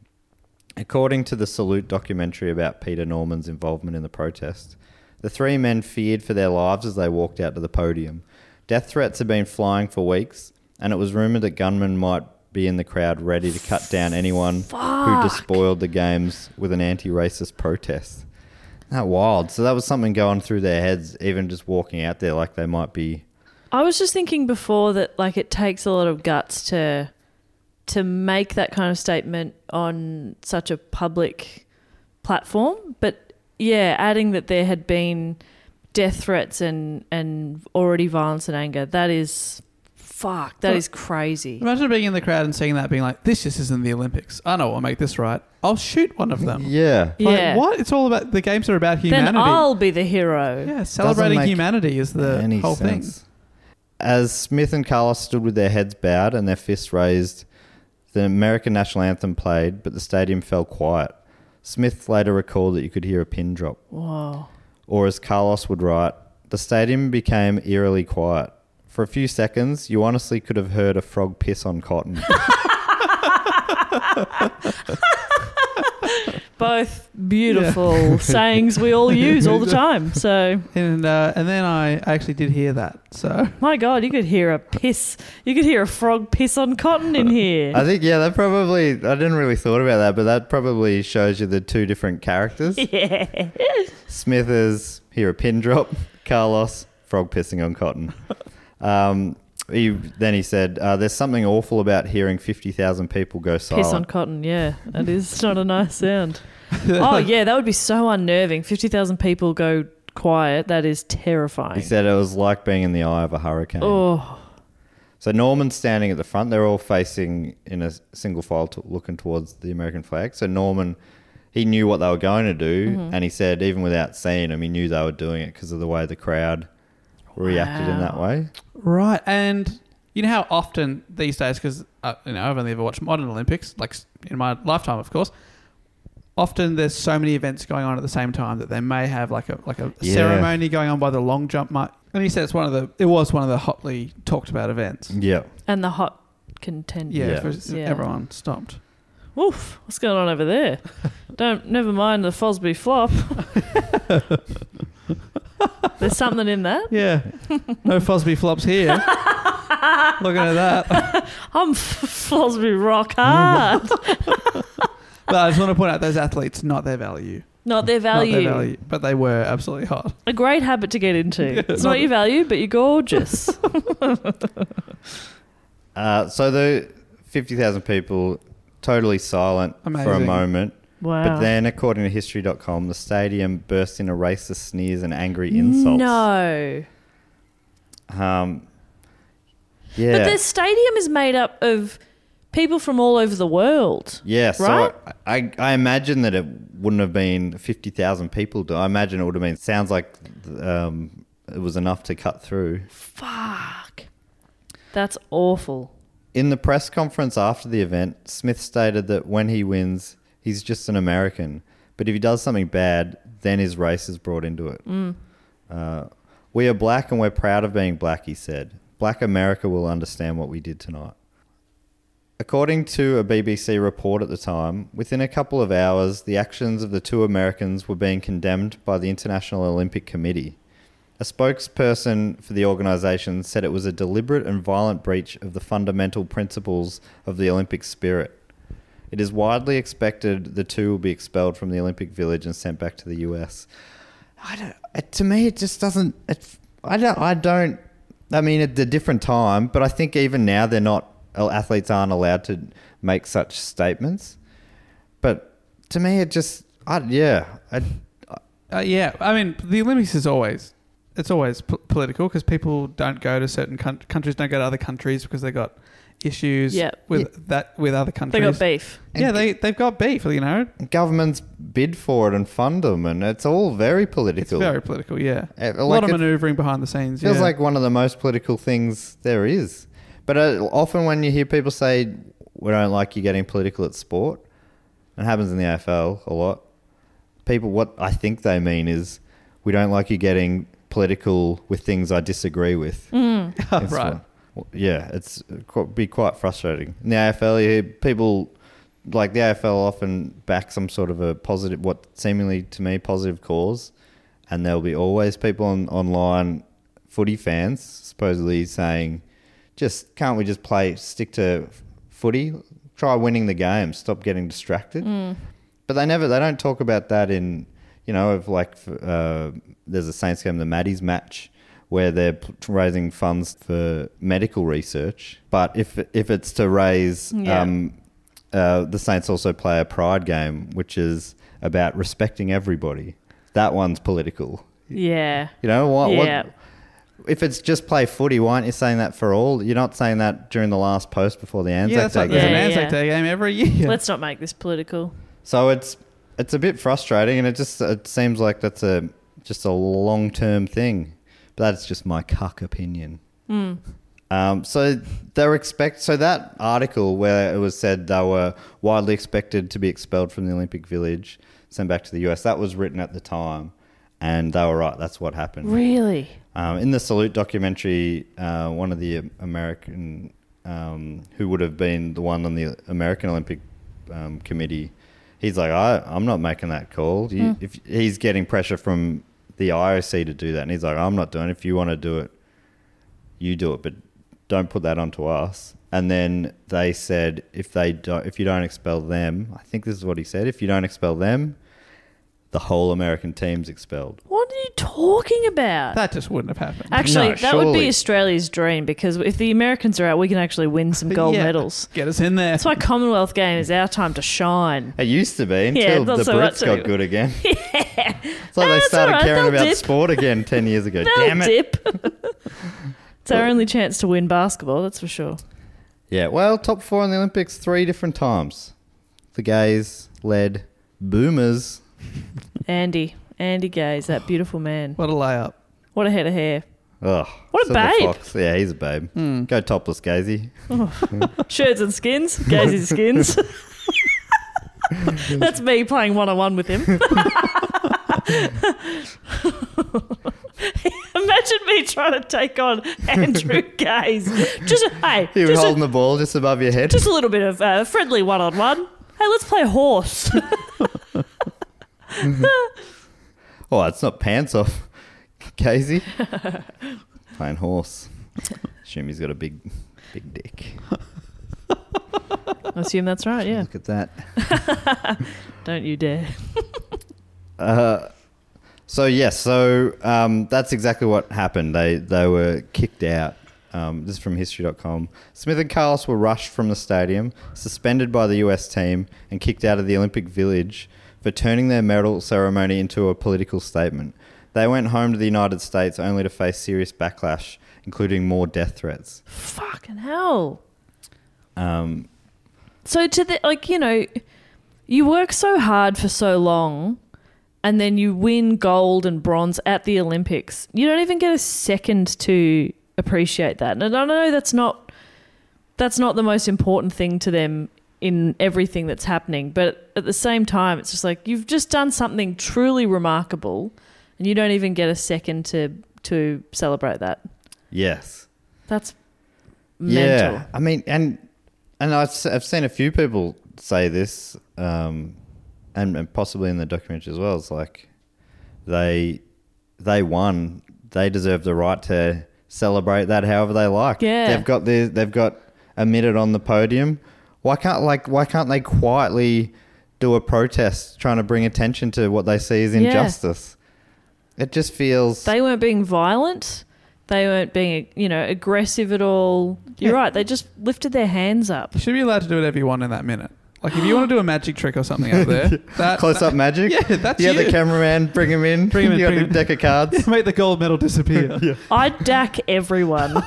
According to the Salute documentary about Peter Norman's involvement in the protest, the three men feared for their lives as they walked out to the podium. Death threats had been flying for weeks, and it was rumored that gunmen might be in the crowd ready to cut down anyone who despoiled the games with an anti racist protest. That wild. So that was something going through their heads, even just walking out there like they might be
I was just thinking before that like it takes a lot of guts to to make that kind of statement on such a public platform, but yeah, adding that there had been death threats and and already violence and anger, that is fuck, that is crazy.
Imagine being in the crowd and seeing that, being like, "This just isn't the Olympics. I know I'll make this right. I'll shoot one of them."
Yeah.
Like,
Yeah.
what? It's all about the games are about humanity.
Then I'll be the hero.
yeah, celebrating
make
humanity is the
Any
whole
sense. As Smith and Carlos stood with their heads bowed and their fists raised, the American national anthem played, but the stadium fell quiet. Smith later recalled that you could hear a pin drop.
Whoa.
Or, as Carlos would write, the stadium became eerily quiet. For a few seconds, you honestly could have heard a frog piss on cotton.
Both beautiful sayings we all use all the time. So
thing. And uh, and then I actually did hear that. So
my God, you could hear a piss. You could hear a frog piss on cotton in here.
I think, yeah, that probably, I didn't really thought about that, but that probably shows you the two different characters.
yeah.
Smith is here a pin drop. Carlos frog pissing on cotton. Um, he, then he said, uh, "There's something awful about hearing fifty thousand people go silent."
Piss on cotton, yeah. That is not a nice sound. oh, yeah, that would be so unnerving. 50,000 people go quiet. That is
he
terrifying.
said it was like being in the eye of a hurricane.
Oh,
So Norman's standing at the front. They're all facing in a single file, to, looking towards the American flag. So Norman, he knew what they were going to do,
Mm-hmm.
and he said, even without seeing him, he knew they were doing it because of the way the crowd reacted in that way.
Right, and you know how often these days, because uh, you know I've only ever watched modern Olympics, like s- in my lifetime, of course. Often there's so many events going on at the same time that they may have like a like a
Yeah.
ceremony going on by the long jump. Might and he said it's one of the it was one of the hotly talked about events.
Yeah.
and the hot content.
Mm, Yeah,
Yeah.
for s-
Yeah.
everyone stopped.
Oof, what's going on over there? Don't, never mind the Fosby flop. There's something in that.
Yeah, no Fosby flops here. Looking at that,
I'm Fosby rock hard.
but I just want to point out those athletes, not their value,
Not their value.
not their value, but they were absolutely hot.
A great habit to get into. it's not your value, but you're gorgeous.
Uh, so the 50,000 people totally silent for a
Amazing.
moment.
wow.
But then, according to history.com, the stadium burst into racist sneers and angry insults.
No.
Um, yeah.
But the stadium is made up of people from all over the world.
yeah,
right?
so I, I, I imagine that it wouldn't have been 50,000 people. I imagine it would have been, sounds like um, it was enough to cut through.
Fuck. That's awful.
In the press conference after the event, Smith stated that when he wins, he's just an American. But if he does something bad, then his race is brought into it. Uh, we are black and we're proud of being black, he said. Black America will understand what we did tonight. According to a BBC report at the time, within a couple of hours, the actions of the two Americans were being condemned by the International Olympic Committee. A spokesperson for the organisation said it was a deliberate and violent breach of the fundamental principles of the Olympic spirit. It is widely expected the two will be expelled from the Olympic Village and sent back to the US. I don't. It, to me, it just doesn't. It, I don't. I don't. I mean, it's a different time, but I think even now they're not athletes aren't allowed to make such statements. But to me, it just. I, yeah. I,
Uh, yeah, I mean, the Olympics is always it's always p- political because people don't go to certain coun- countries, don't go to other countries because they got issues
Yeah.
with that with other countries.
They got beef.
Yeah, they they've got beef. You know,
governments bid for it and fund them, and it's all very
it's
political.
very political. Yeah,
Uh,
a
like
lot of
it-
manoeuvring behind the scenes.
feels
yeah.
like one of the most political things there is. But uh, often when you hear people say, "We don't like you getting political at sport," it happens in the AFL a lot. People, what I think they mean is, "We don't like you getting political with things I disagree with." It's
Right.
fun. Well, Yeah, it's quite, be quite frustrating. In the AFL, you hear people like the AFL often back some sort of a positive, what seemingly to me positive cause, and there'll be always people on, online, footy fans supposedly saying, "Just can't we just play stick to f- footy? Try winning the game. Stop getting distracted." But they never they don't talk about that in you know of like f- uh, there's a Saints game the Maddies match where they're p- raising funds for medical research. But if if it's to raise
Yeah.
um, uh, the Saints also play a pride game which is about respecting everybody. That one's political.
Yeah.
You know what?
yeah.
what if it's just play footy, why aren't you saying that for all? You're not saying that during the last post before the Anzac
yeah, that's
Day
like
game.
there's an
Yeah,
Anzac
yeah.
Day game every year.
Let's not make this political.
So it's it's a bit frustrating, and it just it seems like that's a just a long term thing. But that's just my cuck opinion. Um, so they were expect so that article where it was said they were widely expected to be expelled from the Olympic Village, sent back to the US. That was written at the time, and they were right. That's what happened.
Really?
Um, in the Salute documentary, uh, one of the American um, who would have been the one on the American Olympic um, Committee, he's like, I, I'm not making that call. You, If he's getting pressure from the IOC to do that, and he's like, I'm not doing. it. If you want to do it, you do it, but don't put that onto us. And then they said, if they don't, if you don't expel them, I think this is what he said. If you don't expel them, the whole American team's expelled.
What are you talking about?
that just wouldn't have happened.
actually,
No,
that would be
surely.
Australia's dream because if the Americans are out, we can actually win some gold
Yeah.
medals.
Get us in there.
That's why Commonwealth Game is our time to shine.
It used to be
Yeah,
until
not
the
so
Brits
much
got
anymore.
good again. Yeah. it's like
No,
they
it's
started
alright,
caring
they'll
about
dip.
sport again 10 years ago.
They'll
Damn it.
dip. it's our only chance to win basketball, that's for sure.
Yeah, well, top four in the Olympics three different times. The gays led boomers.
Andy, Andy Gaze, that beautiful man.
what a layup.
What a head of hair.
Ugh.
What a
Silver
babe. Hmm.
Fox. Yeah, he's a babe. Go topless, gazy.
Shirts and skins, Gaze's skins. that's me playing one on one with him. Imagine me trying to take on Andrew Gaze. Just hey,
He was
just a,
holding the ball just above your head.
just a little bit of uh, friendly one on one. Hey, let's play horse.
Oh, it's not pants off, Casey. Playing horse. Assume he's got a big, big dick.
I assume that's right. Yeah,
Look at that.
don't you dare.
So yes, so um, that's exactly what happened. They they were kicked out. Um, this is from history.com. Smith and Carlos were rushed from the stadium, suspended by the US team, and kicked out of the Olympic Village for turning their medal ceremony into a political statement. They went home to the United States only to face serious backlash, including more death threats.
Fucking hell.
Um,
So to the like, you know, you work so hard for so long and then you win gold and bronze at the Olympics. You don't even get a second to appreciate that. And I know that's not that's not the most important thing to them in everything that's happening. But at the same time, it's just like you've just done something truly remarkable, and you don't even get a second to to celebrate that.
Yes.
That's mental.
Yeah, I mean, and and I've, s- I've seen a few people say this, um, and, and possibly in the documentary as well. It's like they they won. They deserve the right to celebrate that however they like.
Yeah.
they've got their they've got a minute on the podium. Why can't like why can't they quietly do a protest trying to bring attention to what they see as
Yeah.
injustice? It just feels
They weren't being violent. They weren't being, you know, aggressive at all. You're
Yeah.
right. They just lifted their hands up.
You should be allowed to do whatever you want in that minute. Like if you want to do a magic trick or something out there, that,
close up magic.
Yeah, that's
yeah.
you.
The cameraman, bring him in.
Bring him in,
You got
bring
a
him in.
deck of cards.
make the gold medal disappear.
I'd dack everyone.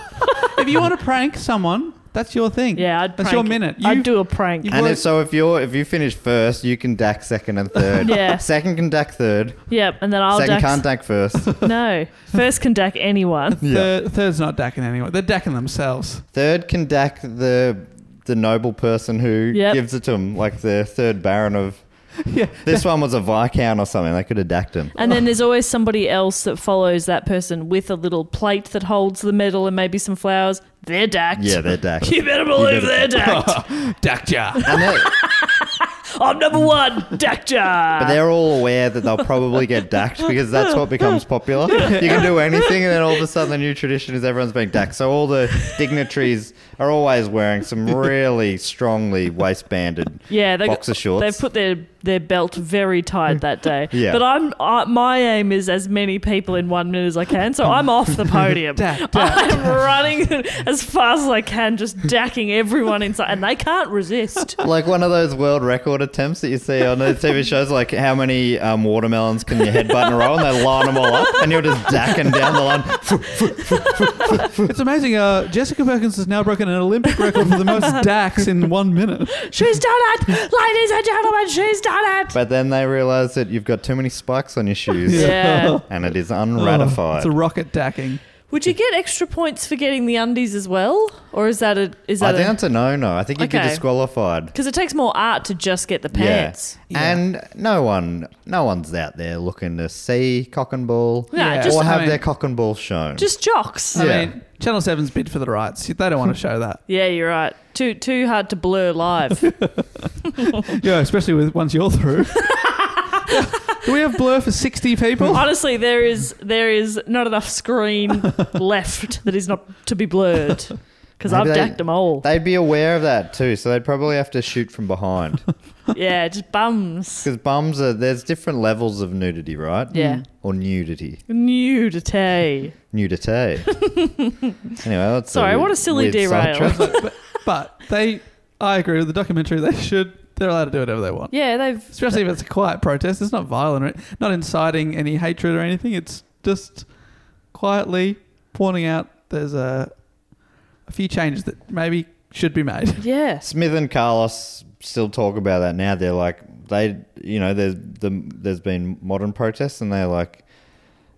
if you want to prank someone, that's your thing.
Yeah, I'd
that's
prank.
your minute.
I'd
You've-
do a prank.
you've
And
worked-
if, so if you're if you finish first, you can dack second and third.
Yeah.
Second can dack third.
Yep, and then I'll
second
dack.
can't dack first.
No, first can dack anyone.
Third, third's not decking anyone. They're decking themselves.
third can dack the the noble person who
Yep.
gives it to him, like the third baron of.
Yeah.
This one was a viscount or something. They could have dacked him.
And then there's always somebody else that follows that person with a little plate that holds the medal and maybe some flowers. They're dacked.
Yeah, they're dacked.
You better believe they're dacked.
Dacked ya.
And they're-
I'm number one, dacked ya.
but they're all aware that they'll probably get dacked because that's what becomes popular. You can do anything, and then all of a sudden, the new tradition is everyone's being dacked. So all the dignitaries are always wearing some really strongly waistbanded
Yeah, they
boxer shorts.
They've put their, their belt very tight that day.
Yeah.
But I'm I, my aim is as many people in one minute as I can, so I'm off the podium.
Dack, dack,
I'm running as fast as I can, just dacking everyone inside, and they can't resist.
like one of those world record attempts that you see on those TV shows, like how many um, watermelons can you headbutt in a row, and they line them all up, and you're just dacking down the line.
It's amazing. Uh, Jessica Perkins has now broken an Olympic record for the most dacks in one minute.
She's done it, ladies and gentlemen. She's done it.
But then they realise that you've got too many spikes on your shoes,
Yeah.
and it is
Oh,
unratified.
it's a rocket dacking.
Would you get extra points for getting the undies as well, or is that a is
I
that
think that's a no-no. I think you'd
Okay.
be disqualified.
because it takes more art to just get the pants?
Yeah. and no one, no one's out there looking to see cock and ball,
Yeah,
Yeah.
just
or have
I mean-
their cock and ball shown.
just jocks.
I
Yeah.
mean, Channel 7's bid for the rights. They don't want to show that.
Yeah, you're right. Too too hard to blur live.
yeah, especially with once you're through. Do we have blur for 60 people?
Honestly, there is there is not enough screen left that is not to be blurred because I've
Maybe they-
dacked them all.
They'd be aware of that too, so they'd probably have to shoot from behind.
yeah, just bums.
Because bums are there's different levels of nudity, right?
Yeah.
Or nudity,
Nudity.
nudity. anyway, that's a
Sorry,
weird-
what a silly
weird
derail.
sidetrack.
But they, I agree with the documentary, they should, they're allowed to do whatever they want.
Yeah, they've
Especially if it's a quiet protest. It's not violent, or not inciting any hatred or anything. It's just quietly pointing out there's a, a few changes that maybe should be made.
yeah.
Smith and Carlos still talk about that now. They're like they, you know, there's the, there's been modern protests, and they're like,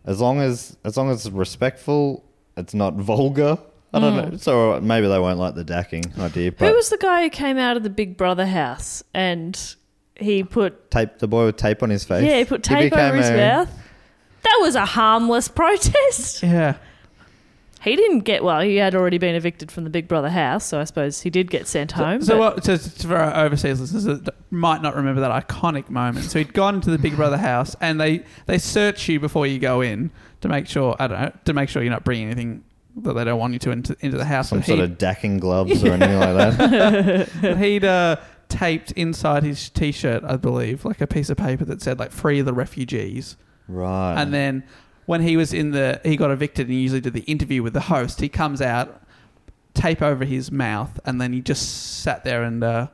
as long as as long as it's respectful, it's not vulgar. I don't know. So maybe they won't like the dacking idea, but
Hmm. Who was the guy who came out of the Big Brother house and he put
tape the boy with tape on his face.
yeah he put tape over
became
his
a-
mouth? That was a harmless protest.
Yeah.
He didn't get well. He had already been evicted from the Big Brother house, so I suppose he did get sent home.
So,
but-
what, so so for our overseas listeners that might not remember that iconic moment. So he'd gone into the Big Brother house, and they they search you before you go in to make sure I don't know to make sure you're not bringing anything that they don't want you to into, into the house.
Some
But
sort
he'd-
of dacking gloves or anything like that.
but he'd uh, taped inside his t-shirt, I believe, like a piece of paper that said like "Free the refugees."
Right.
And then when he was in the, he got evicted and he usually did the interview with the host. He comes out, tape over his mouth, and then he just sat there and uh,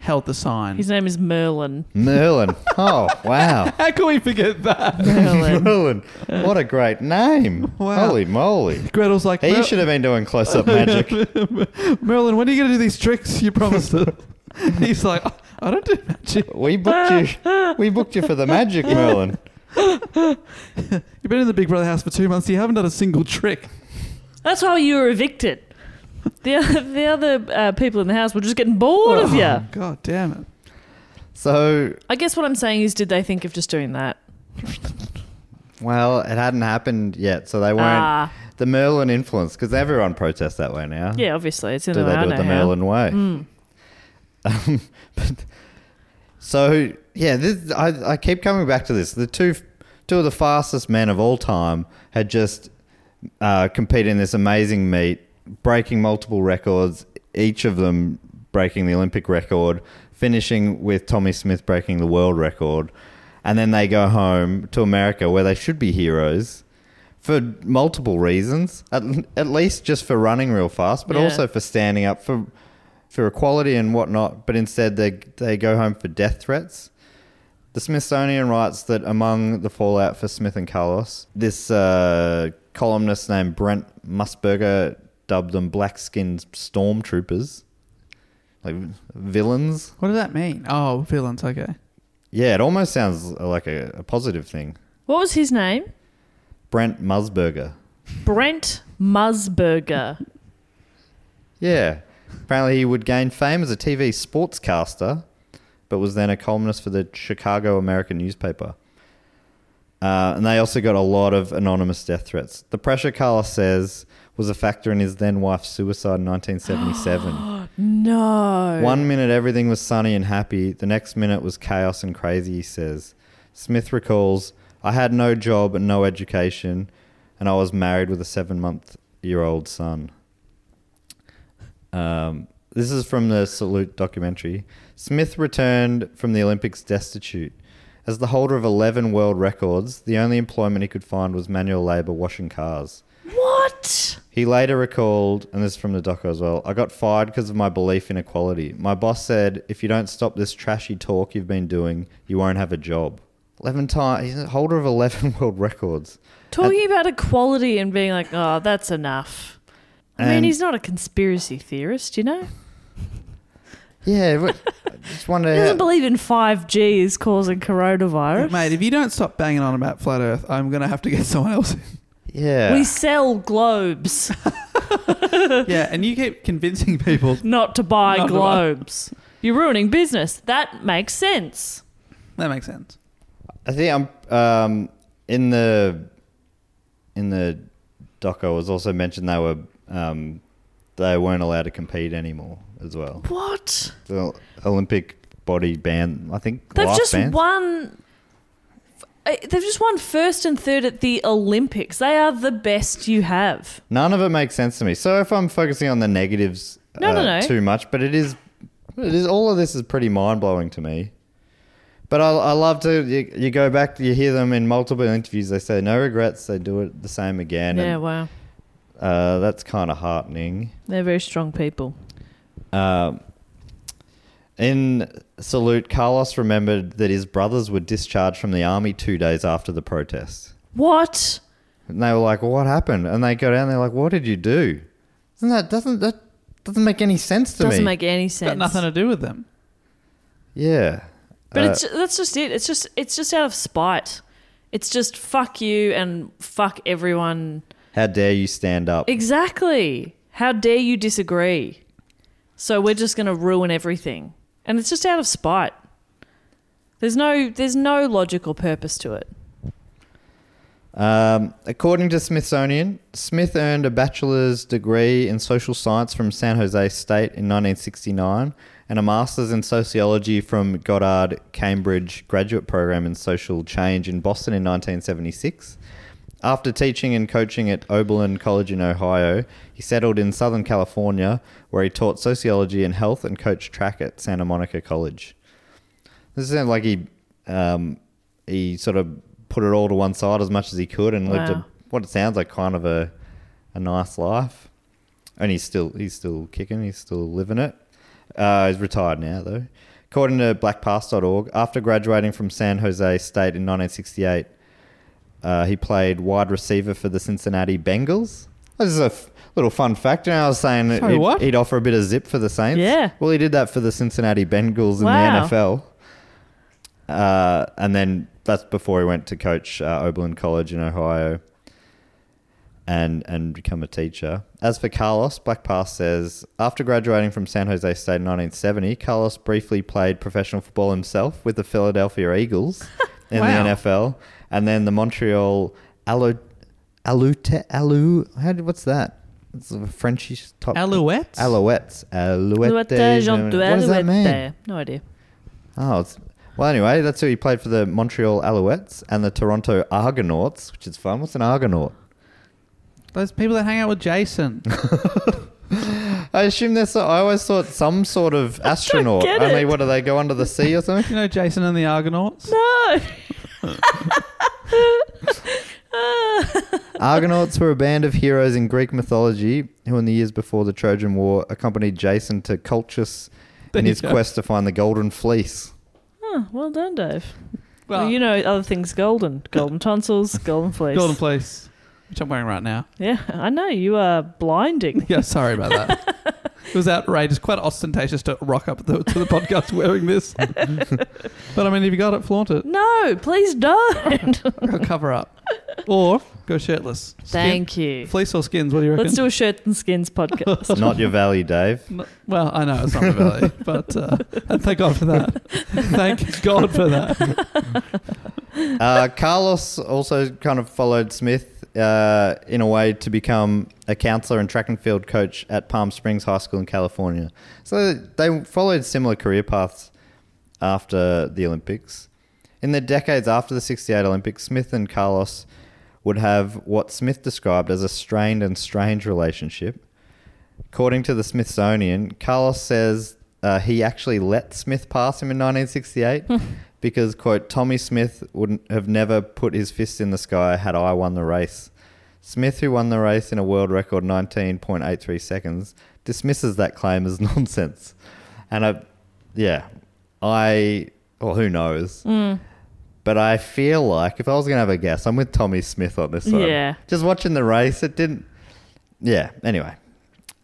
held the sign.
His name is Merlin.
Merlin. Oh, wow.
How can we forget that?
Merlin.
Merlin. What a great name.
Wow.
Holy moly.
Gretel's like,
He
Mer-
should have been doing close up magic.
Merlin, when are you going to do these tricks you promised us? He's like, "Oh, I don't do magic.
We booked you. We booked you for the magic, Merlin.
You've been in the Big Brother house for two months. You haven't done a single trick.
That's why you were evicted. The other, the other uh, people in the house were just getting bored of
Oh.
you.
Oh, God damn it.
So,
I guess what I'm saying is, did they think of just doing that?
well, it hadn't happened yet, so they weren't
Ah.
the Merlin influence because everyone protests that way now.
Yeah, obviously it's in
do
the
they do it the Merlin way?
Mm.
Um, but, so yeah, this, I, I keep coming back to this. The two two of the fastest men of all time had just uh, competed in this amazing meet, breaking multiple records. Each of them breaking the Olympic record, finishing with Tommy Smith breaking the world record, and then they go home to America where they should be heroes. For multiple reasons, at, at least just for running real fast, but
Yeah.
also for standing up for for equality and whatnot, but instead they they go home for death threats. The Smithsonian writes that among the fallout for Smith and Carlos, this uh, columnist named Brent Musburger dubbed them black-skinned stormtroopers, like villains.
What does that mean? Oh, villains. Okay.
Yeah, it almost sounds like a, a positive thing.
What was his name?
Brent Musburger.
Brent Musburger.
Yeah. Apparently, he would gain fame as a TV sportscaster, but was then a columnist for the Chicago American newspaper. Uh, and they also got a lot of anonymous death threats. The pressure, Carlos says, was a factor in his then wife's suicide in 1977.
No.
One minute everything was sunny and happy, the next minute was chaos and crazy, he says. Smith recalls, I had no job and no education, and I was married with a seven month year old son. Um, this is from the Salute documentary. Smith returned from the Olympics destitute. As the holder of 11 world records, the only employment he could find was manual labor washing cars.
What?
He later recalled, and this is from the doco as well, I got fired because of my belief in equality. My boss said, if you don't stop this trashy talk you've been doing, you won't have a job. 11 times, he's a holder of 11 world records.
Talking about equality and being like, oh, that's enough. I mean,
And-
he's not a conspiracy theorist, you know?
Yeah, but I just wonder.
He doesn't
how-
believe in 5G is causing coronavirus.
Mate, if you don't stop banging on about flat Earth, I'm gonna have to get someone else. in.
yeah.
We sell globes,
yeah, and you keep convincing people.
not to buy
Not to buy.
globes. You're ruining business. That makes sense.
That makes sense.
I think I'm um, in the in the doco it was also mentioned they were um, they weren't allowed to compete anymore as well.
What?
The Olympic body ban, I think
They've
life
just
bans.
won. eh, They've just won first and third at the Olympics. They are the best you have.
None of it makes sense to me. So if I'm focusing on the negatives uh,
No, no, no.
too much, but it is it is all of this is pretty mind blowing to me. But I, I love to you, you go back you hear them in multiple interviews they say no regrets they do it the same again
yeah,
and,
wow.
uh, that's kind of heartening.
They're very strong people.
Um, in salute, Carlos remembered that his brothers were discharged from the army two days after the protest.
What?
And they were like, "What happened?" And they go down. They're like, "What did you do?" Isn't that doesn't that doesn't make any sense to
Doesn't
me? Uh,
make any sense.
Got nothing to do with them.
yeah,
But
Uh,
it's that's just it. It's just it's just out of spite. It's just fuck you and fuck everyone.
how dare you stand up?
Exactly. How dare you disagree? So we're just going to ruin everything. And it's just out of spite. There's no there's no logical purpose to it.
Um, according to Smithsonian, Smith earned a bachelor's degree in social science from San Jose State in 1969 and a master's in sociology from Goddard Cambridge Graduate Program in Social Change in Boston in 1976. After teaching and coaching at Oberlin College in Ohio, he settled in Southern California where he taught sociology and health and coached track at Santa Monica College. This sounds like he um, he sort of put it all to one side as much as he could and lived
Wow.
a, what it sounds like kind of a a nice life. And he's still he's still kicking, he's still living it. Uh, he's retired now though. According to blackpast.org, after graduating from San Jose State in 1968, uh, he played wide receiver for the Cincinnati Bengals. This is a f- little fun fact. And I was saying that
Sorry,
he'd,
what?
he'd offer a bit of zip for the Saints.
Yeah.
Well, he did that for the Cincinnati Bengals in
Wow.
the NFL. Uh, and then that's before he went to coach uh, Oberlin College in Ohio. and and become a teacher. As for Carlos, Blackpass says after graduating from San Jose State in 1970, Carlos briefly played professional football himself with the Philadelphia Eagles in
Wow.
the NFL, and then the Montreal Alu Alute Alu. How did, what's that? It's a Frenchy top.
Alouettes?
Alouettes. Alouette.
Luette, Jean
What does that mean?
Duette. No idea.
Oh, it's, well, anyway, that's who he played for the Montreal Alouettes and the Toronto Argonauts, which is fun. What's an Argonaut?
Those people that hang out with Jason.
I assume that's. I always thought some sort of astronaut.
get
Only
it.
what do they go under the sea or something?
you know Jason and the Argonauts?
No.
Argonauts were a band of heroes in Greek mythology who, in the years before the Trojan War, accompanied Jason to Colchis
There
in
you
his
go.
quest to find the Golden Fleece.
Huh, well done, Dave. Well,
Well,
you know other things golden. Golden tonsils, golden fleece.
Golden Place, which I'm wearing right now.
Yeah, I know. You are blinding.
Yeah, sorry about that. it was outrageous, quite ostentatious to rock up the, to the podcast wearing this. but I mean, if you got it, flaunt it.
No, please don't.
Go cover up, or go shirtless. Skin-
Thank you.
Fleece or skins? What do you reckon?
Let's do a shirt and skins podcast.
Not your valley, Dave.
N- Well, I know it's not the valley, but uh, and thank God for that. Thank God for that.
Uh, Carlos also kind of followed Smith uh, in a way to become a counselor and track and field coach at Palm Springs High School in California. So they followed similar career paths after the Olympics. In the decades after the 68 Olympics, Smith and Carlos would have what Smith described as a strained and strange relationship. According to the Smithsonian, Carlos says uh, he actually let Smith pass him in 1968 because, quote, Tommy Smith wouldn't have never put his fist in the sky had I won the race. Smith, who won the race in a world record 19.83 seconds, dismisses that claim as nonsense. And I, yeah, I, well, who knows? But I feel like if I was going to have a guess, I'm with Tommy Smith on this one.
Yeah.
Just watching the race, it didn't, yeah, anyway.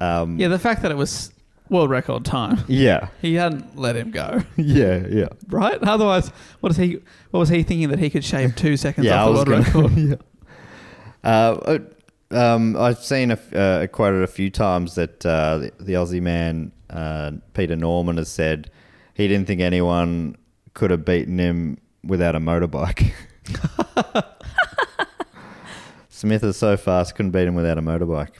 Um,
Yeah, the fact that it was world record time,
yeah.
he hadn't let him go,
Yeah, yeah.
right? Otherwise, what is he? What was he thinking that he could shave two seconds
Yeah, I
off
was
the world
gonna-
record?
Uh, uh, um, I've seen a f- uh, quoted a few times that uh, the, the Aussie man uh, Peter Norman has said he didn't think anyone could have beaten him without a motorbike. Smith is so fast, couldn't beat him without a motorbike,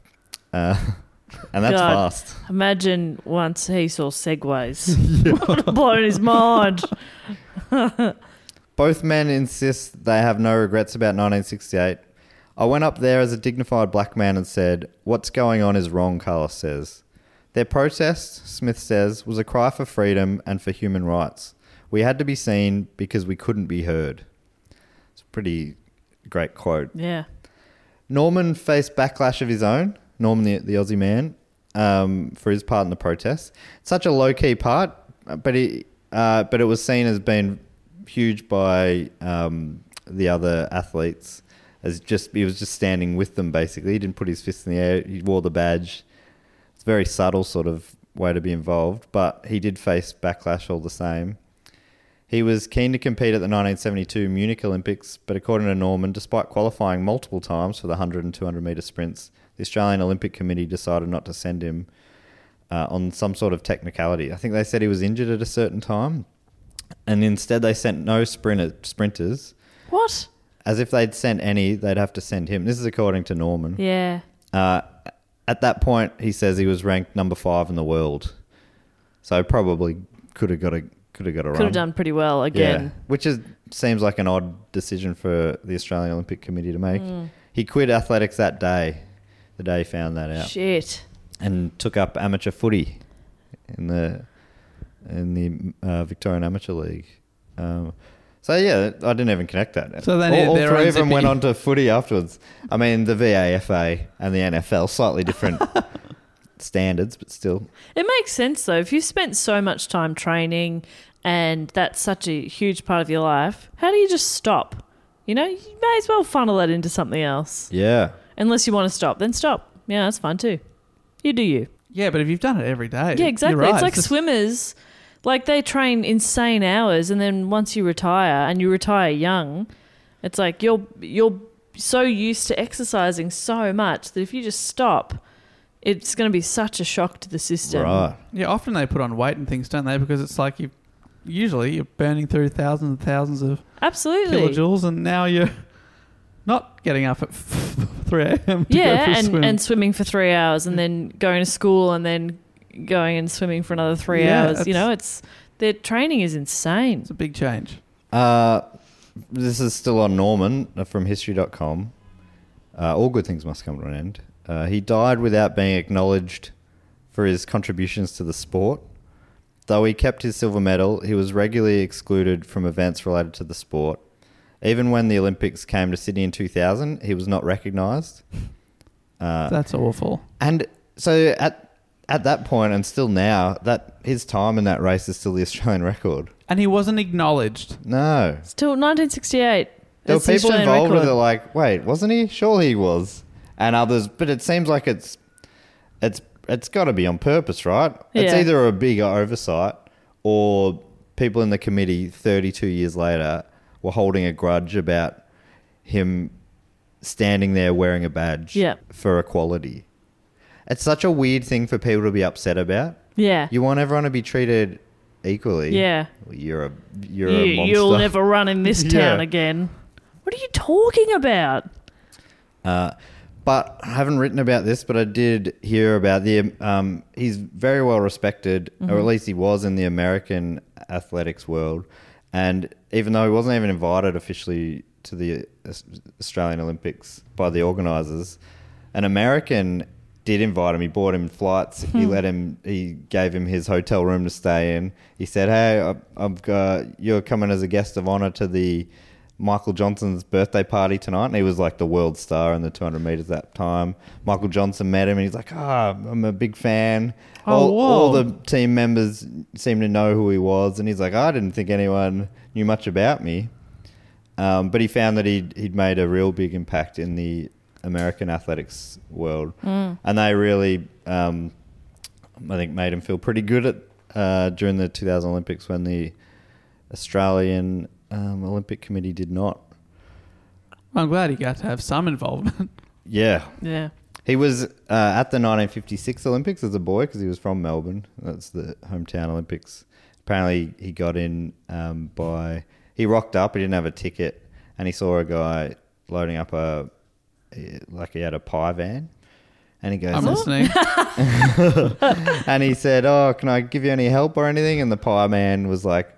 uh, and that's
God.
fast.
Imagine once he saw segways. Would have blown his mind.
Both men insist they have no regrets about 1968. I went up there as a dignified black man and said, What's going on is wrong, Carlos says. Their protest, Smith says, was a cry for freedom and for human rights. We had to be seen because we couldn't be heard. It's a pretty great quote.
Yeah.
Norman faced backlash of his own, Norman the, the Aussie man, um, for his part in the protest. Such a low key part, but he, uh, but it was seen as being huge by um, the other athletes. As just he was just standing with them basically. He didn't put his fist in the air. He wore the badge. It's a very subtle sort of way to be involved, but he did face backlash all the same. He was keen to compete at the 1972 Munich Olympics, but according to Norman, despite qualifying multiple times for the 100 and 200 metre sprints, the Australian Olympic Committee decided not to send him uh, on some sort of technicality. I think they said he was injured at a certain time, and instead they sent no sprinter, sprinters.
What?
As if they'd sent any, they'd have to send him. This is according to Norman.
Yeah.
Uh, at that point, he says he was ranked number five in the world, so probably could have got a could have got a
Could
run.
have done pretty well again.
Which is seems like an odd decision for the Australian Olympic Committee to make. He quit athletics that day, the day he found that out,
Shit.
and took up amateur footy in the in the uh, Victorian Amateur League. Um, so yeah, I didn't even connect that.
So they
all,
need
all
their
three
own
of them
zippy.
went on to footy afterwards. I mean, the VAFA and the NFL slightly different standards, but still.
It makes sense though. If you spent so much time training and that's such a huge part of your life, how do you just stop? You know, you may as well funnel that into something else.
Yeah.
Unless you want to stop, then stop. Yeah, that's fine too. You do you.
Yeah, but if you've done it every day,
Yeah,
you're
exactly.
right.
It's like
just-
swimmers. Like they train insane hours and then once you retire and you retire young, it's like your your so used to exercising so much that if you just stop, it's going to be such a shock to the system.
Right.
Yeah, often they put on weight and things, don't they? Because it's like you, usually you're burning through thousands and thousands of
Absolutely.
kilojoules, and now you're not getting up at three a.m. to go
Yeah,
for a
and
swim. Mm.
and swimming for three hours, and then going to school, and then going and swimming for another three
Yeah,
hours. You
it's-
know, it's their training is insane.
it's a big change.
Uh, this is still on Norman uh, from history.com. Uh, all good things must come to an end. Uh, he died without being acknowledged for his contributions to the sport. Though he kept his silver medal, he was regularly excluded from events related to the sport. Even when the Olympics came to Sydney in 2000, he was not recognised. Uh,
That's awful.
And so at at that point and still now, that his time in that race is still the Australian record.
And he wasn't acknowledged.
No.
Till 1968.
There were
It's the
people
Australian
involved with it
record.
like, wait, wasn't he? Sure he was. And others, but it seems like it's it's it's got to be on purpose, right? It's
Yeah.
either a big oversight or people in the committee 32 years later were holding a grudge about him standing there wearing a badge
Yeah.
for equality. It's such a weird thing for people to be upset about.
Yeah.
You want everyone to be treated equally.
Yeah.
Well, you're a you're a monster.
you, will never run in this
Yeah.
town again. What are you talking about?
Uh, But I haven't written about this, but I did hear about the. Um, he's very well respected, or at least he was in the American athletics world. And even though he wasn't even invited officially to the Aus- Australian Olympics by the organisers, an American did invite him. He bought him flights. He let him. He gave him his hotel room to stay in. He said, "Hey, I- I've got you're coming as a guest of honor to the Michael Johnson's birthday party tonight." And he was like the world star in the 200 meters that time. Michael Johnson met him, and he's like, "Ah, I'm a big fan."
Oh,
all, all
whoa.
the team members seemed to know who he was, and he's like, "I didn't think anyone knew much about me." Um, but he found that he'd, he'd made a real big impact in the American athletics world.
Hmm.
And they really, um, I think, made him feel pretty good at uh, during the 2000 Olympics when the Australian um, Olympic Committee did not.
I'm glad he got to have some involvement.
Yeah.
Yeah.
He was uh, at the 1956 Olympics as a boy because he was from Melbourne. That's the hometown Olympics. Apparently, he got in um, by he rocked up. He didn't have a ticket, and he saw a guy loading up a like he had a pie van, and he goes,
I'm listening.
and he said, "Oh, can I give you any help or anything?" And the pie man was like,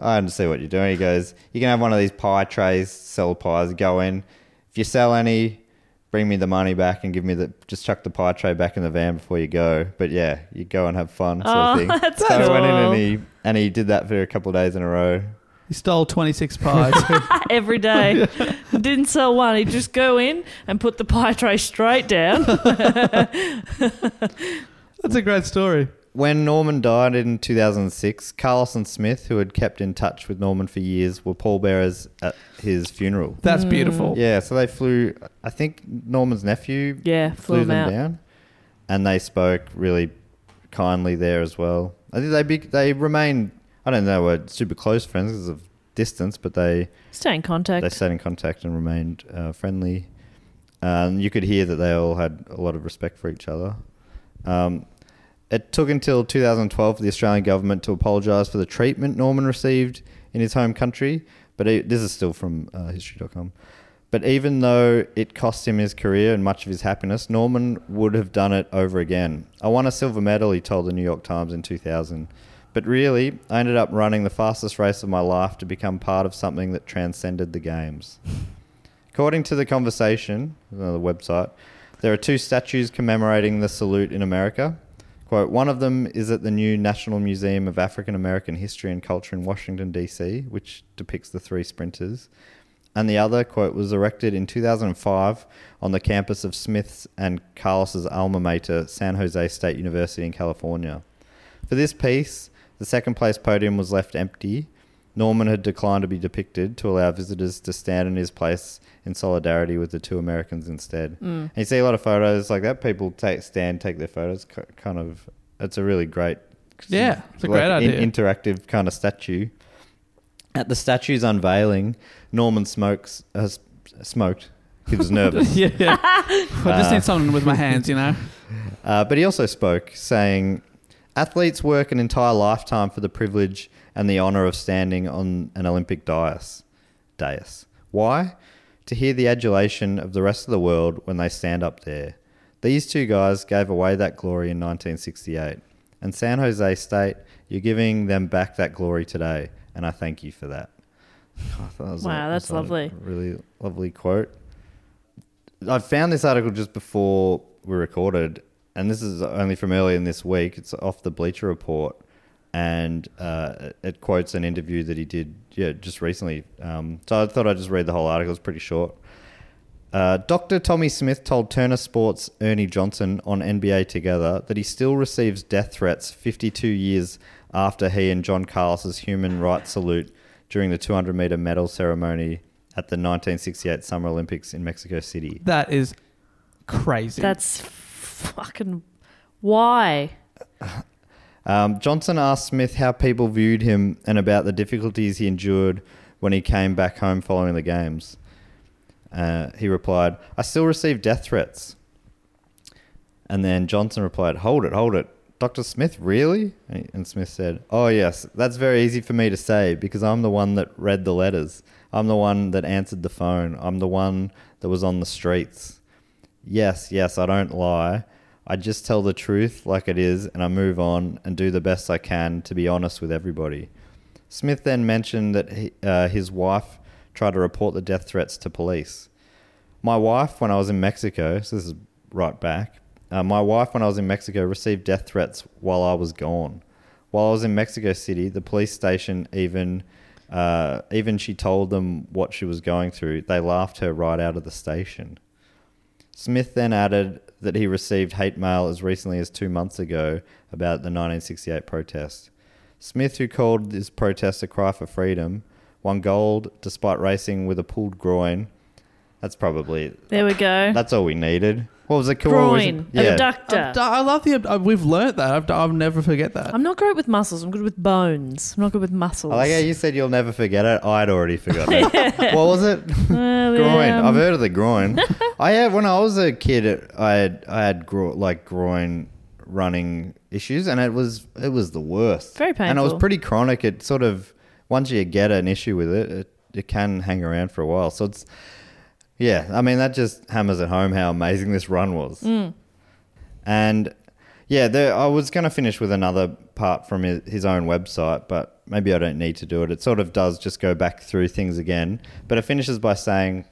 "I don't see what you're doing." He goes, "You can have one of these pie trays, sell pies, go in. If you sell any, bring me the money back and give me the just chuck the pie tray back in the van before you go. But yeah, you go and have fun, sort
Oh,
of thing."
that's
so I went in
cool.
and he and he did that for a couple of days in a row.
he stole 26 pies.
Ah, Every day. Didn't sell one. He'd just go in and put the pie tray straight down.
That's a great story.
When Norman died in 2006, Carlos and Smith, who had kept in touch with Norman for years, were pallbearers at his funeral.
That's beautiful.
Yeah, so they flew. I think Norman's nephew.
Yeah, flew
flew,
him
them
out.
down, and they spoke really kindly there as well. I think they be, they remain. I don't know, were super close friends because of distance, but they
Stay in
they
contact.
stayed in contact and remained uh, friendly. Um, you could hear that they all had a lot of respect for each other. Um, it took until 2012 for the Australian government to apologise for the treatment Norman received in his home country, but e this is still from uh, history.com. But even though it cost him his career and much of his happiness, Norman would have done it over again. I won a silver medal, he told the New York Times in 2000. But really, I ended up running the fastest race of my life to become part of something that transcended the games. According to the conversation, another website, there are two statues commemorating the salute in America. Quote, one of them is at the new National Museum of African American History and Culture in Washington, D.C., which depicts the three sprinters. And the other, quote, was erected in 2005 on the campus of Smith's and Carlos's alma mater, San Jose State University in California. For this piece, the second place podium was left empty. Norman had declined to be depicted to allow visitors to stand in his place in solidarity with the two Americans
Mm.
instead. And you see a lot of photos like that. People take stand, take their photos. ki- Kind of, it's a really great,
Yeah, it's a great
in-
idea.
interactive kind of statue. At the statue's unveiling, Norman smokes uh, s- smoked. He was nervous.
yeah, yeah. I just need something with my hands, you know.
Uh, but he also spoke, saying, Athletes work an entire lifetime for the privilege and the honour of standing on an Olympic dais. dais. Why? To hear the adulation of the rest of the world when they stand up there. These two guys gave away that glory in 1968. And San Jose State, you're giving them back that glory today. And I thank you for that. I thought that was
Wow, that's
I thought
lovely.
a really lovely quote. I found this article just before we recorded, and this is only from earlier in this week. It's off the Bleacher Report, and uh, it quotes an interview that he did, yeah, just recently. Um, so I thought I'd just read the whole article. It's pretty short. Uh, Dr. Tommy Smith told Turner Sports Ernie Johnson on NBA Together that he still receives death threats 52 years after he and John Carlos's human rights salute during the 200 meter medal ceremony at the 1968 Summer Olympics in Mexico City.
That is crazy.
That's fucking why.
Um, Johnson asked Smith how people viewed him and about the difficulties he endured when he came back home following the games. Uh, he replied, I still receive death threats. And then Johnson replied, Hold it, hold it. Dr. Smith, really? And and Smith said, Oh, yes, that's very easy for me to say because I'm the one that read the letters. I'm the one that answered the phone. I'm the one that was on the streets. Yes, yes, I don't lie. I just tell the truth like it is and I move on and do the best I can to be honest with everybody. Smith then mentioned that he, uh, his wife tried to report the death threats to police. My wife, when I was in Mexico, so this is right back, uh, my wife, when I was in Mexico, received death threats while I was gone. While I was in Mexico City, the police station even. Uh, even she told them what she was going through. They laughed her right out of the station. Smith then added that he received hate mail as recently as two months ago about the 1968 protest. Smith, who called this protest a cry for freedom, won gold despite racing with a pulled groin. That's probably
There we go.
that's all we needed. What was it? called?
Groin,
Yeah.
abductor.
Abdu- I love the. Abdu- we've learnt that. I've, I'll never forget that.
I'm not great with muscles. I'm good with bones. I'm not good with muscles.
I like how you said you'll never forget it. I'd already forgotten it. What was it? groin. I've heard of the groin. I had when I was a kid. I had I had gro- like groin running issues, and it was it was the worst.
Very
And it was
painful.
pretty chronic. It sort of once you get an issue with it, it, it can hang around for a while. So it's yeah. I mean, that just hammers at home how amazing this run was.
Mm.
And yeah, there, I was going to finish with another part from his, his own website, but maybe I don't need to do it. It sort of does just go back through things again. But it finishes by saying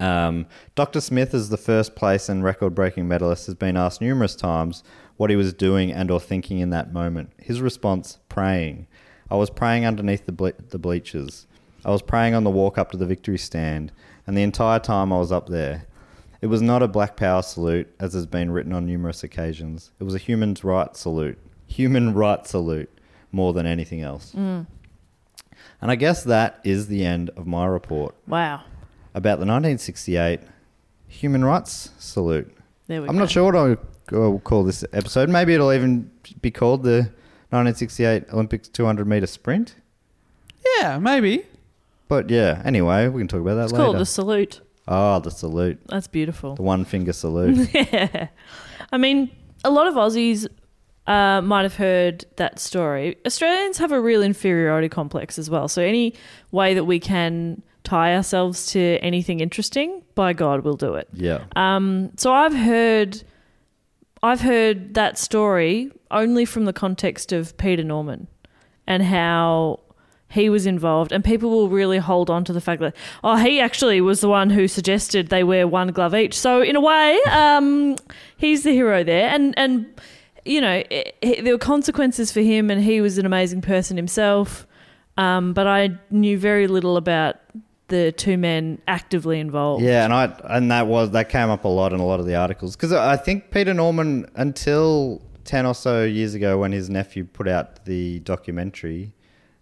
um, Dr. Smith, as the first place and record breaking medalist, has been asked numerous times what he was doing and or thinking in that moment. His response, praying. I was praying underneath the, ble- the bleachers. I was praying on the walk up to the victory stand, and the entire time I was up there. It was not a black power salute, as has been written on numerous occasions. It was a human rights salute. Human rights salute, more than anything else. And I guess that is the end of my report
wow.
about the 1968 human rights salute.
There we
I'm
go.
not sure what I'll, I'll call this episode. Maybe it'll even be called the 1968 Olympics 200 meter sprint.
yeah, maybe.
But yeah, anyway, we can talk about that
It's
later.
called the salute.
oh, the salute,
That's beautiful.
the one finger salute.
I mean, a lot of Aussies uh, might have heard that story. Australians have a real inferiority complex as well. So any way that we can tie ourselves to anything interesting, by God, we'll do it.
yeah,
Um, So I've heard, I've heard that story only from the context of Peter Norman and how he was involved, and people will really hold on to the fact that oh, he actually was the one who suggested they wear one glove each. So in a way, um, he's the hero there, and and you know it, it, there were consequences for him, and he was an amazing person himself. Um, but I knew very little about the two men actively involved.
yeah, and I and that was that came up a lot in a lot of the articles because I think Peter Norman until ten or so years ago when his nephew put out the documentary,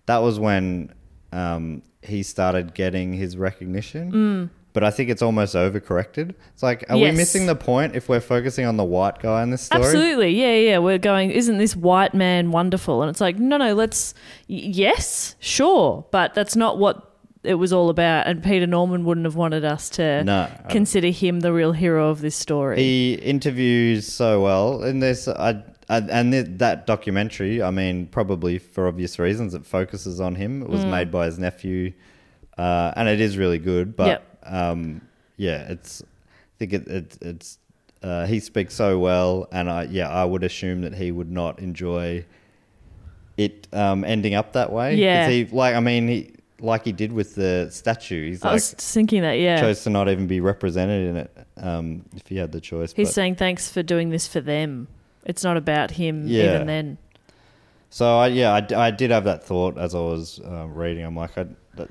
that was when um, he started getting his recognition. But I think it's almost overcorrected. It's like, are
Mm. Yes.
we missing the point if we're focusing on the white guy in this story?
Absolutely, yeah, yeah. We're going. Isn't this white man wonderful? And it's like, no, no. Let's. y- Yes, sure, but that's not what it was all about. And Peter Norman wouldn't have wanted us to
No.
consider him the real hero of this story.
He interviews so well in this. I, I, and th- that documentary, I mean, probably for obvious reasons, it focuses on him. It was
Mm.
made by his nephew, uh, and it is really good. But um, yeah, it's. I think it, it, it's. Uh, he speaks so well, and I yeah, I would assume that he would not enjoy it um, ending up that way. 'Cause
Yeah.
he like I mean he like he did with the statue. He's
I
like
was thinking that, Oh, yeah.
chose to not even be represented in it um, if he had the choice.
He's
but-
saying thanks for doing this for them. It's not about him
Yeah.
even then.
So I, yeah, I d- I, did have that thought as I was uh, reading. I'm like, I, that-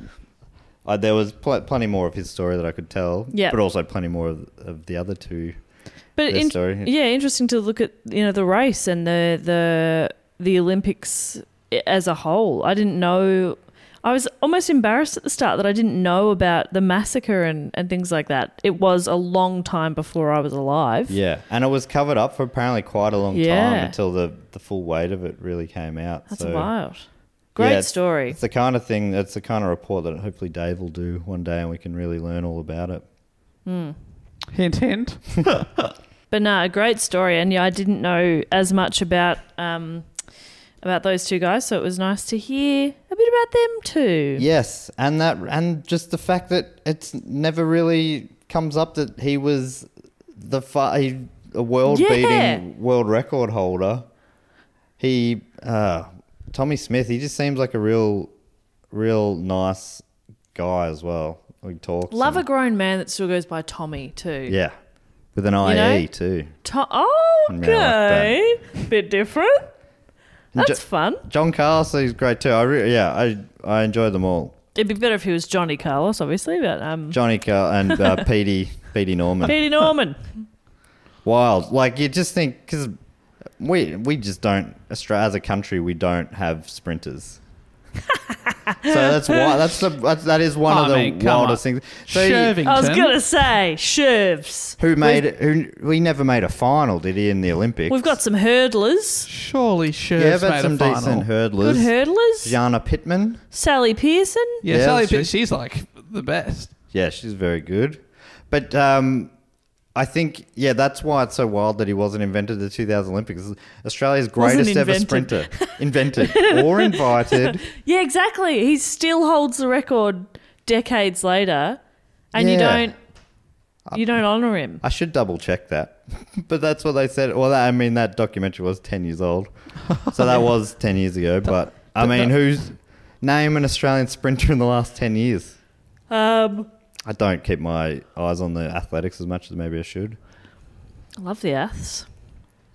I, there was pl- plenty more of his story that I could tell,
Yeah.
but also plenty more of, of the other two.
But
Their
in,
story.
yeah, interesting to look at you know the race and the the the Olympics as a whole. I didn't know. I was almost embarrassed at the start that I didn't know about the massacre and, and things like that. It was a long time before I was alive.
Yeah, and it was covered up for apparently quite a long
Yeah.
time until the, the full weight of it really came out.
That's
so,
wild.
yeah,
Great
it's-
story.
It's the kind of thing. That's the kind of report that hopefully Dave will do one day, and we can really learn all about it.
Hint, hint.
But no, a great story, and yeah, I didn't know as much about um, about those two guys, so it was nice to hear a bit about them too.
Yes, and that and just the fact that it's never really comes up that he was the fa- he, a world
Yeah.
beating world record holder. He uh Tommy Smith, he just seems like a real real nice guy as well. He talks.
Love a
and-
grown man that still goes by Tommy too.
Yeah. With an IE
know?
too.
To- oh,
Yeah, I like
okay, bit different. That's
Ju-
fun.
John Carlson is great too. I re- yeah, I I enjoy them all.
It'd be better if he was Johnny Carlos, obviously, but um,
Johnny Car- and uh, Petey Petey Norman.
Petey Norman.
wild. Like you just think because we we just don't Australia as a country we don't have sprinters. so that's why that's the that's, that is one
I
of the
mean, come
wildest
on.
things. So he-
Shervington.
I was gonna say Shervs.
who made who we never made a final, did he in the Olympics?
We've got some hurdlers,
Surely Sherv's
yeah, but
made
some
a final.
decent
good
hurdlers.
hurdlers.
Jana Pittman,
Sally Pearson.
Yeah,
Yeah,
Sally
that's true.
Pitt, she's like the best.
yeah, she's very good, but. um I think yeah, that's why it's so wild that he wasn't invented the 2000 Olympics. Australia's
Wasn't
greatest ever sprinter,
invented.
invented or invited.
Yeah, exactly. He still holds the record decades later, and you
Yeah. Uh,
don't you don't honor him.
I should double check that. but that's what they said. Well, that, I mean, that documentary was 10 years old. So that was 10 years ago. But I mean, who's. Name an Australian sprinter in the last 10 years.
Um,
I don't keep my eyes on the athletics as much as maybe I should.
I love the Aths.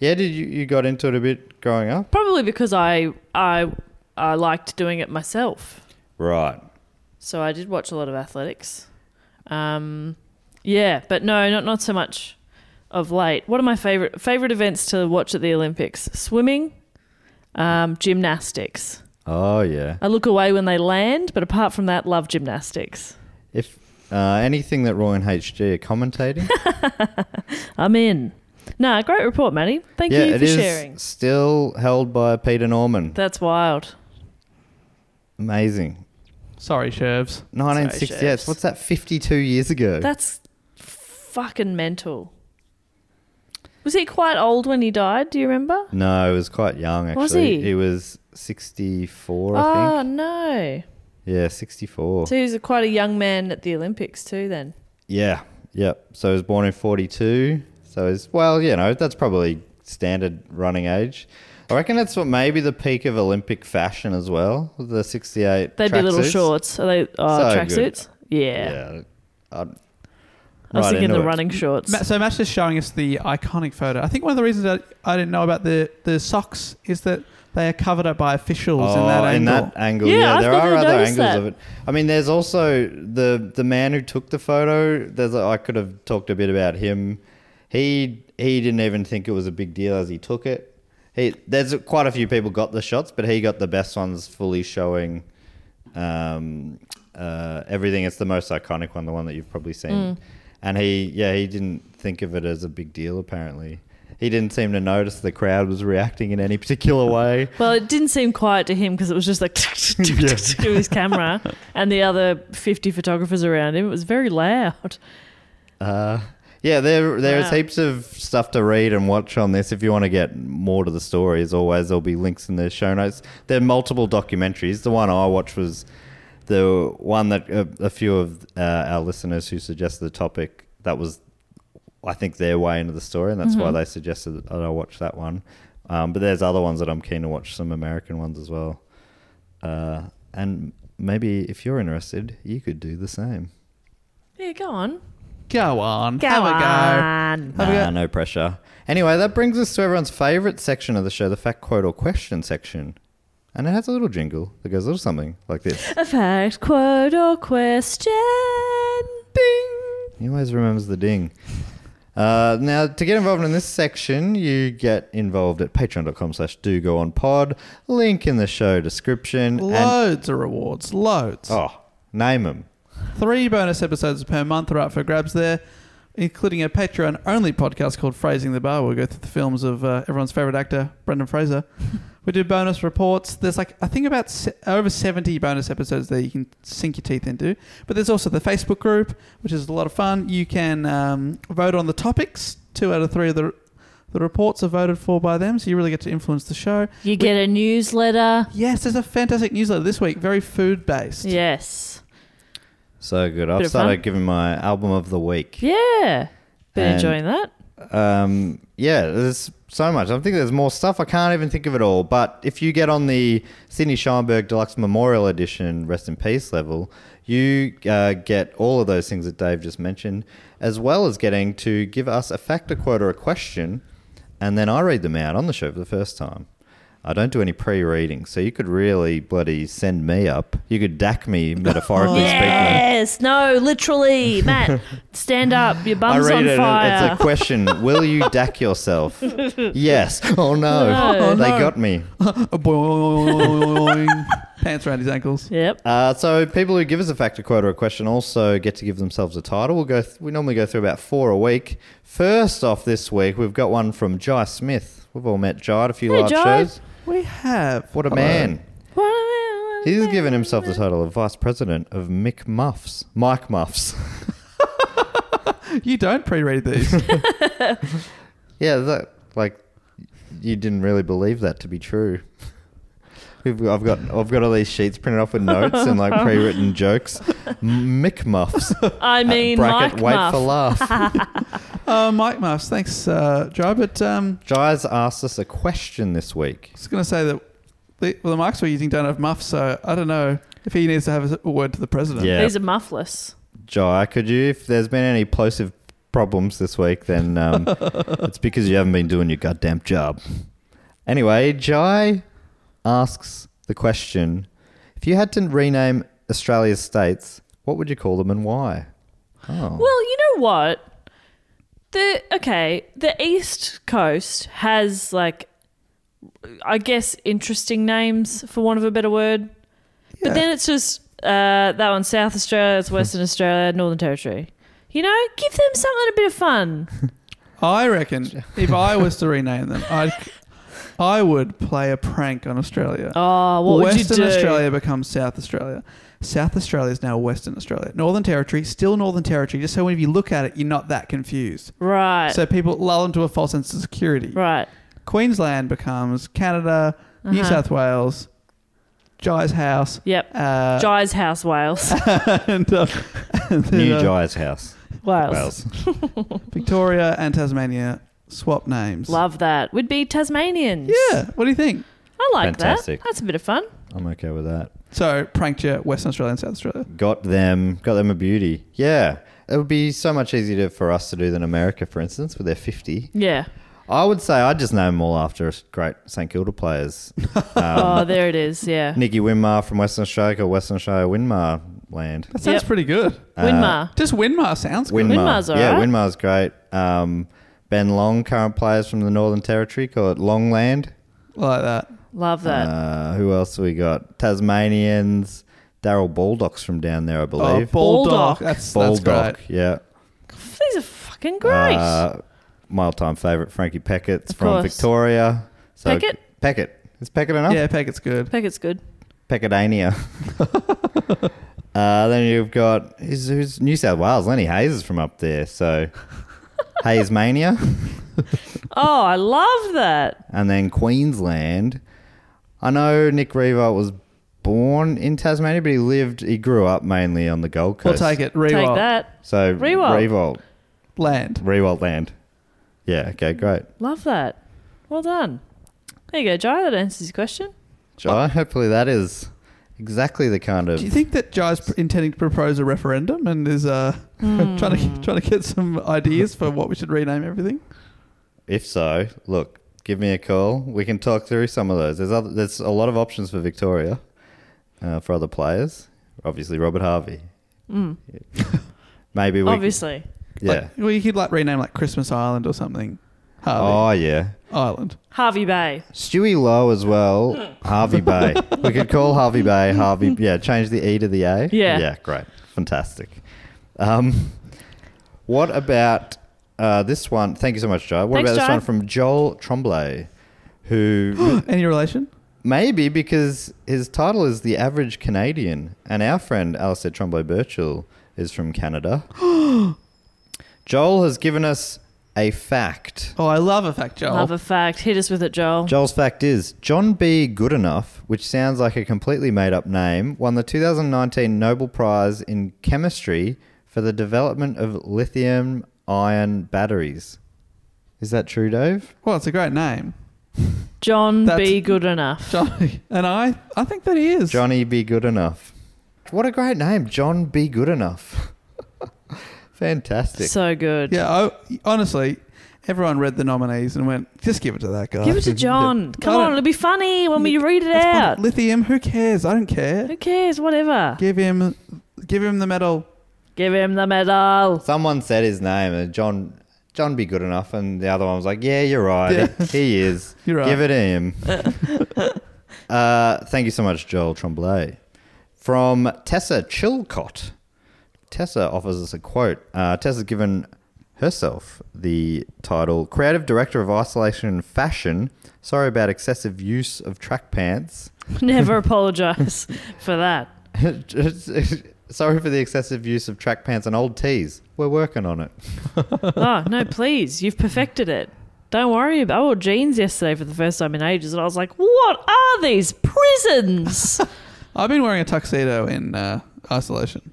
Yeah, did you, you got into it a bit growing up?
Probably because I I I liked doing it myself,
Right.
so I did watch a lot of athletics. Um, yeah, but no, not not so much of late. What are my favorite favorite events to watch at the Olympics? Swimming, um, gymnastics.
Oh, yeah.
I look away when they land, but apart from that, love gymnastics.
If uh, anything that Roy and HG are commentating.
I'm in. Nah, great report, Manny. Thank
yeah,
you
it
for
is
sharing.
still held by Peter Norman.
That's wild.
Amazing.
Sorry, Sherv's.
1968.
Sherps.
What's that, 52 years ago?
That's fucking mental. Was he quite old when he died? Do you remember?
No, it was quite young actually.
Was he?
It was 64, I
Oh
think.
no!
Yeah, 64.
So he was a, quite a young man at the Olympics too. Then
yeah. Yep. So he was born in 42. So he's well, you know, that's probably standard running age. I reckon that's what maybe the peak of Olympic fashion as well. The 68
they'd be little
tracksuits.
shorts. Are they oh,
So good.
tracksuits? Yeah.
Yeah. I'd-
I was
right
thinking
into
the
it.
running shorts.
Ma- So Matt's just showing us the iconic photo. I think one of the reasons I, I didn't know about the, the socks is that they are covered up by officials
Oh,
in that angle.
angle,
Yeah,
yeah,
I've
there
never
are other
noticed
angles
that.
of it. I mean, there's also the the man who took the photo. There's a, I could have talked a bit about him. He he didn't even think it was a big deal as he took it. He there's quite a few people got the shots, but he got the best ones, fully showing um, uh, everything. It's the most iconic
Mm.
one, the one that you've probably seen. And he yeah he didn't think of it as a big deal apparently. He didn't seem to notice the crowd was reacting in any particular way.
Well, it didn't seem quiet to him because it was just like to his camera and the other 50 photographers around him. It was very loud.
Uh, yeah, there there is
Wow.
heaps of stuff to read and watch on this. If you want to get more to the story, as always, there'll be links in the show notes. There are multiple documentaries. The one I watched was the one that a, a few of uh, our listeners who suggested the topic that was, I think, their way into the story, and that's why they suggested that I watch that one. Um, but there's other ones that I'm keen to watch, some American ones as well. Uh, and maybe if you're interested, you could do the same.
Yeah, go on.
Go on.
Go
have a go.
on.
Have a go.
Nah, no pressure. Anyway, that brings us to everyone's favourite section of the show, the fact, quote, or question section. And it has a little jingle that goes a little something like this.
A fact, quote, or question. Bing.
He always remembers the ding. Uh, now, to get involved in this section, you get involved at patreon.com slash do go on pod. Link in the show description. And,
Loads of rewards. Loads.
oh, name them.
Three bonus episodes per month are up for grabs there, including a Patreon only podcast called Phrasing the Bar, where we go through the films of uh, everyone's favorite actor, Brendan Fraser. we do bonus reports. There's like, I think about se- over 70 bonus episodes there you can sink your teeth into. But there's also the Facebook group, which is a lot of fun. You can um, vote on the topics. Two out of three of the, the reports are voted for by them, so you really get to influence the show.
You get a newsletter.
Yes, there's a fantastic newsletter this week, very food based.
Yes.
So good.
Bit
I've
of
started
fun.
giving my album of the week.
Yeah. Been
And-
enjoying that.
um, yeah, there's so much. I think there's more stuff. I can't even think of it all. But if you get on the Sydney Scheinberg Deluxe Memorial Edition Rest in Peace level, you uh, get all of those things that Dave just mentioned, as well as getting to give us a fact, a quote, or a question, and then I read them out on the show for the first time. I don't do any pre-reading, so you could really bloody send me up. You could dack me,
Oh,
metaphorically speaking.
Yes. No, literally. Matt, stand up. Your
I
bum's
read
on
it.
fire.
It's a question. Will you dack yourself? yes. Oh no.
No.
They got me.
A boing. Pants around his ankles.
Yep.
Uh, so people who give us a factor quote or a question also get to give themselves a title. We'll go. Th- we normally go through about four a week. First off, this week we've got one from Jai Smith. We've all met Jai at a few
Hey,
live
Jai.
shows.
We have.
What a
Hello.
man! He's given himself the title of Vice President of Mick Muffs. Mike Muffs.
You don't pre read these.
yeah, that like you didn't really believe that to be true. We've, I've got I've got all these sheets printed off with notes and like pre-written jokes. Mick Muffs.
I mean, Mike
uh, bracket, wait
Muff.
for laugh.
uh, Mike Muffs, thanks, uh, Joe. But um,
Jai's asked us a question this week.
I was going to say that the, well, the mics we're using don't have muffs, so I don't know if he needs to have a word to the president.
Yeah.
These are muffless.
Jai, could you, if there's been any plosive problems this week, then um, it's because you haven't been doing your goddamn job. Anyway, Jai asks the question if you had to rename Australia's states, what would you call them and why? Oh.
Well, you know what? The okay, the East Coast has like I guess interesting names for want of a better word. But then it's just uh, that one South Australia,
Hmm.
it's Western Australia, Northern Territory. You know, give them something a bit of fun.
I reckon if I was to rename them, I'd, I would play a prank on Australia.
Oh, what would you
Western
do?
Australia becomes South Australia. South Australia is now Western Australia. Northern Territory, still Northern Territory, just so when you look at it, you're not that confused.
Right.
So people lull into a false sense of security.
Uh, right.
Queensland becomes Canada, New
Uh-huh.
South Wales, Jai's house.
Yep.
Uh,
Jai's House, Wales.
and, uh, and then,
New
uh,
Jai's house.
Wales.
Wales.
Victoria and Tasmania swap names.
Love that. Would be Tasmanians.
Yeah. What do you think?
I like
Fantastic.
that. That's a bit of fun.
I'm okay with that.
So pranked you, Western Australia and South Australia.
got them got them a beauty yeah it would be so much easier to, for us to do than america for instance with their 50
Yeah.
i would say i'd just name them all after great st kilda players
oh, there it is. Yeah.
nikki winmar from western australia called western australia winmar land
That sounds
Yep.
pretty good.
Winmar.
Just Winmar sounds good.
winmar
Winmar's all
yeah
right.
winmar's great um, ben long current players from the northern territory call it longland
I like that. Oh,
Love that.
uh, who else we got tasmanians daryl baldock's from down there i believe
Oh, Baldock.
Baldock.
That's, that's
baldock
great.
yeah
These are fucking great.
Uh, my all-time favorite, Frankie Peckett's
Of
from
course.
Victoria. So
Peckett?
Peckett. Is Peckett enough?
Yeah, Packett's good.
Peg, it's good.
Peckadania. uh, then you've got who's, who's New South Wales. Lenny Hayes is from up there, so Hayes Mania,
Oh, I love that.
and then Queensland. I know Nick Reaver was born in Tasmania, but he lived, he grew up mainly on the Gold
We'll
Coast.
take it.
Take
Rewild.
that.
So
Revolt.
Revolt,
Land.
Revolt Land. Yeah. Okay. Great.
Love that. Well done. There you go, Jai. That answers your question.
Jai, hopefully that is exactly the kind of.
Do you think that Jai's pr- intending to propose a referendum and is uh,
Hmm.
trying to trying to get some ideas for what we should rename everything?
If so, look, give me a call. We can talk through some of those. There's other, there's a lot of options for Victoria, uh, for other players. Obviously, Robert Harvey. Maybe we.
Mm. Obviously.
yeah.
Like, well, you could like rename like Christmas Island or something. Harvey
oh yeah.
Island.
Harvey Bay.
Stewie Lowe as well. Harvey Bay. We could call Harvey Bay Harvey. Yeah, change the E to the A.
Yeah.
Yeah, great. Fantastic. Um, what about uh, this one? Thank you so much, Joe. What
Thanks,
about this
Jai.
one from Joel Tremblay, who
Any relation?
maybe because his title is The Average Canadian, and our friend Alistair Tremblay Birchall is from Canada. Joel has given us a fact.
Oh, I love a fact, Joel.
Love a fact. Hit us with it, Joel.
Joel's fact is John B. Goodenough, which sounds like a completely made up name, won the 2019 Nobel Prize in Chemistry for the development of lithium ion batteries. Is that true, Dave?
well, it's a great name,
John B.
That's-
Good enough.
Johnny. And I, I think that he is.
Johnny B. Goodenough. What a great name, John B. Goodenough. Fantastic.
So good.
Yeah. I, honestly, everyone read the nominees and went, just give it to that guy.
Give it to John. Come on, it'll be funny when we read it
That's fine.
out.
Lithium. Who cares? I don't care.
Who cares? Whatever.
Give him, give him the medal.
Give him the medal.
Someone said his name, and John John B. Goodenough, and the other one was like, "Yeah, you're right.
Yeah.
He is.
You're right.
Give it to him." uh, thank you so much, Joel Tremblay, from Tessa Chilcott. Tessa offers us a quote. Uh, Tessa's given herself the title "Creative Director of Isolation and Fashion." Sorry about excessive use of track pants.
Never apologise for that.
Sorry for the excessive use of track pants and old tees. We're working on it.
Oh, no, please. You've perfected it. Don't worry about I wore jeans yesterday for the first time in ages and I was like, What are these prisons?
I've been wearing a tuxedo in uh, isolation.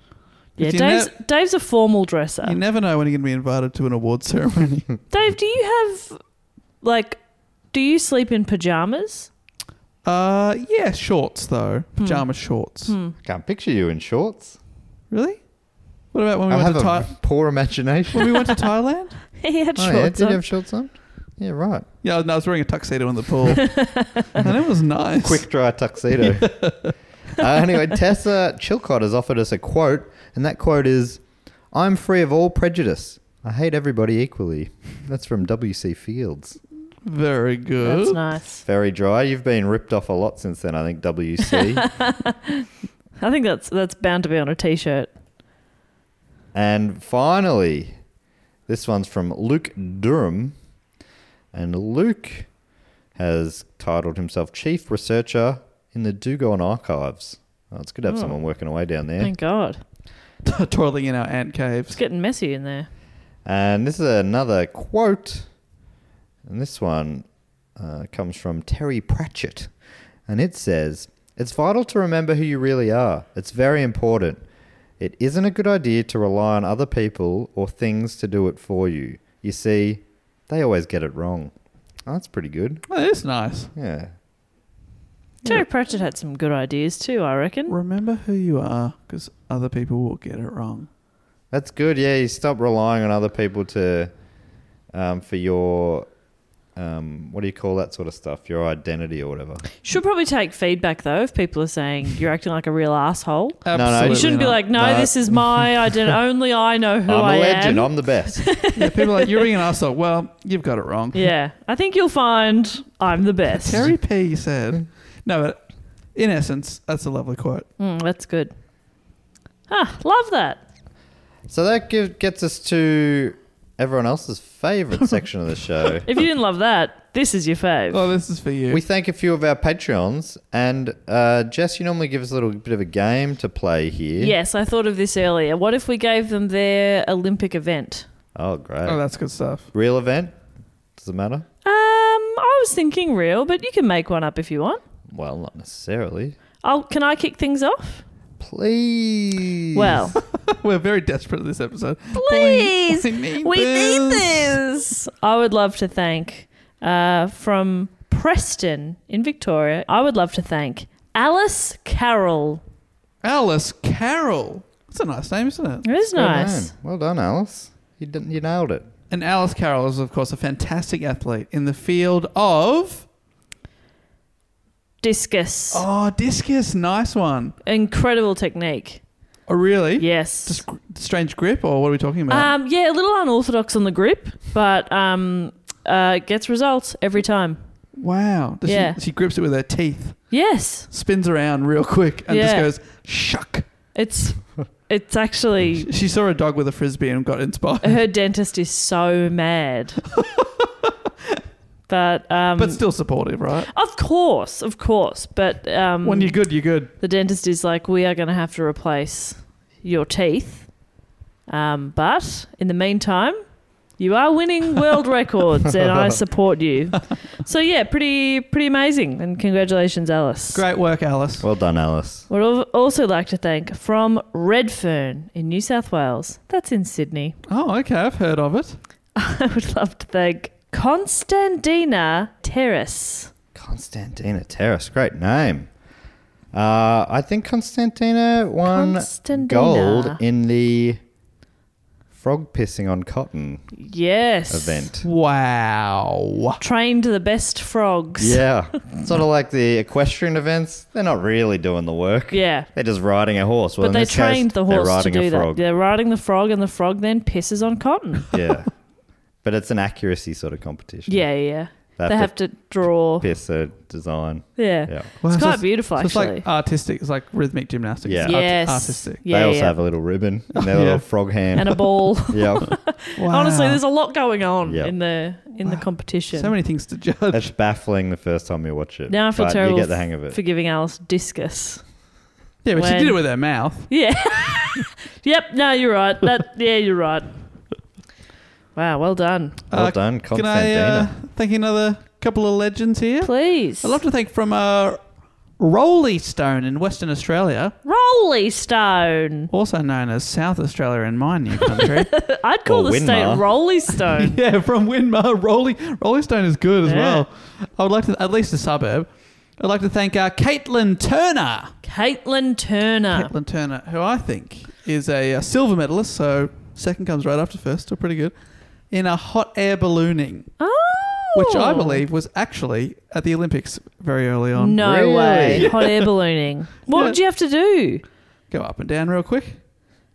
yeah,
You
Dave's
ne-
Dave's a formal dresser.
You never know when you're going to be invited to an award ceremony.
Dave, do you have like do you sleep in pajamas?
uh, yeah, shorts though,
Hmm.
pajama shorts.
Can't picture you in shorts.
Really? What about when we
I
went
have
to
a
Thailand?
poor imagination.
when we went to Thailand?
he had
oh,
shorts
yeah. Did you
on.
have shorts on? Yeah, right.
Yeah, no, I was wearing a tuxedo in the pool, and it was nice.
Quick dry tuxedo. uh, anyway, Tessa Chilcott has offered us a quote, and that quote is I'm free of all prejudice. I hate everybody equally. That's from W.C. Fields.
very good.
That's nice.
Very dry. You've been ripped off a lot since then, I think, W.C.
I think that's that's bound to be on a t shirt.
And finally, this one's from Luke Durham. And Luke has titled himself Chief Researcher in the Dugon Archives. Oh, it's good to have someone working away down there.
Thank God.
Toiling in our ant caves.
It's getting messy in there.
And this is another quote. And this one uh, comes from Terry Pratchett. And it says It's vital to remember who you really are. It's very important. It isn't a good idea to rely on other people or things to do it for you. You see, they always get it wrong. Oh, that's pretty good.
Well, that is nice.
Yeah.
Terry Pratchett had some good ideas too, I reckon.
Remember who you are, because other people will get it wrong.
That's good. Yeah, you stop relying on other people to um, for your um, what do you call that sort of stuff? Your identity or whatever.
Should probably take feedback though if people are saying you're acting like a real asshole.
no,
Absolutely
You shouldn't be
not.
like, no,
No.
this is my identity. Only I know who
I'm
I
a legend.
am.
I'm the best.
Yeah, people are like you're being an asshole. Well, you've got it wrong.
Yeah, I think you'll find I'm the best.
Terry P said, "No, but in essence, that's a lovely quote."
Mm, that's good. Ah, love that.
so that give, gets us to everyone else's favorite section of the show.
If you didn't love that, this is your fave.
Oh, this is for you.
We thank a few of our Patreons, and uh, Jess, you normally give us a little bit of a game to play here.
yes, I thought of this earlier. What if we gave them their Olympic event?
Oh, great.
oh, that's good stuff.
Real event? Does it matter?
Um, I was thinking real, but you can make one up if you want.
Well, not necessarily.
I'll, can I kick things off?
Please.
Well,
We're very desperate in this episode.
please,
We
we
need
need,
this.
this. I would love to thank uh, from Preston in Victoria. I would love to thank Alice Carroll.
Alice Carroll. That's a nice name, isn't it?
It is
Well
nice.
done. Well done, Alice. You, did you nailed it.
And Alice Carroll is, of course, a fantastic athlete in the field of
Discus,
oh discus. Nice one.
incredible technique.
Oh, really?
Yes.
Just gr- strange grip, or what are we talking about?
Um, yeah, a little unorthodox on the grip, but um, uh, gets results every time.
wow. Does she-
yeah.
She, grips it with her teeth,
Yes,
spins around real quick, and
Yeah.
just goes shuck.
it's it's actually
She saw a dog with a frisbee and got inspired,
her dentist is so mad, but um,
but still supportive, right?
of course, of course, but um,
When you're good, you're good.
the dentist is like, we are going to have to replace your teeth, um, but in the meantime. You are winning world records, and I support you. So yeah, pretty pretty amazing, and congratulations, Alice.
Great work, Alice.
Well done, Alice.
Would al- also like to thank from Redfern in New South Wales. That's in Sydney.
Oh, okay. I've heard of it.
I would love to thank Constantina Terrace.
Constantina Terrace. Great name. Uh, I think Constantina won
Constantina.
gold in the frog pissing on cotton
Yes.
event.
Wow.
Trained the best frogs.
Yeah. sort of like the equestrian events. They're not really doing the work.
Yeah.
They're just riding a horse. Well,
but
in
they
this case,
trained the
they're
horse to
riding
do
a
that.
frog.
They're riding the frog, and the frog then pisses on cotton.
Yeah. But it's an accuracy sort of competition.
yeah, yeah.
They
they
have
have to draw.
Piss a design.
Yeah.
Yeah.
It's quite
just-
beautiful,
so it's
actually.
like artistic. It's like rhythmic gymnastics.
Yeah.
Art-
yes.
artistic.
Yeah,
they also
yeah.
have a little ribbon in their
Yeah.
little frog hand.
and a ball.
yeah.
Wow.
Honestly, there's a lot going on
Yeah.
in the in the competition.
so many things to judge.
It's baffling the first time you watch it.
Now I feel
but
terrible
You get the hang of it.
for giving Alice discus.
yeah, but she
when-
did it with her mouth.
Yeah. yep. No, you're right. That. Yeah, you're right. Wow. Well done.
well done,
Can I uh,
Constantina.
thank another couple of legends here?
Please.
I'd love to thank from uh, Rolly Stone in Western Australia,
Rolly Stone.
also known as South Australia in my new country.
I'd call
Or
the
Winmar.
state Rolly Stone.
yeah, from Winmar. Rolly Rolly Stone is good as
Yeah.
well. I would like to, at least a suburb. I'd like to thank uh, Caitlin Turner.
Caitlin Turner.
Caitlin Turner, who I think is a, uh silver medalist, so second comes right after first, so pretty good, in a hot air ballooning,
Oh.
which I believe was actually at the Olympics very early on.
No
Really?
way. Hot air ballooning. What
Yeah.
would you have to do?
Go up and down real quick.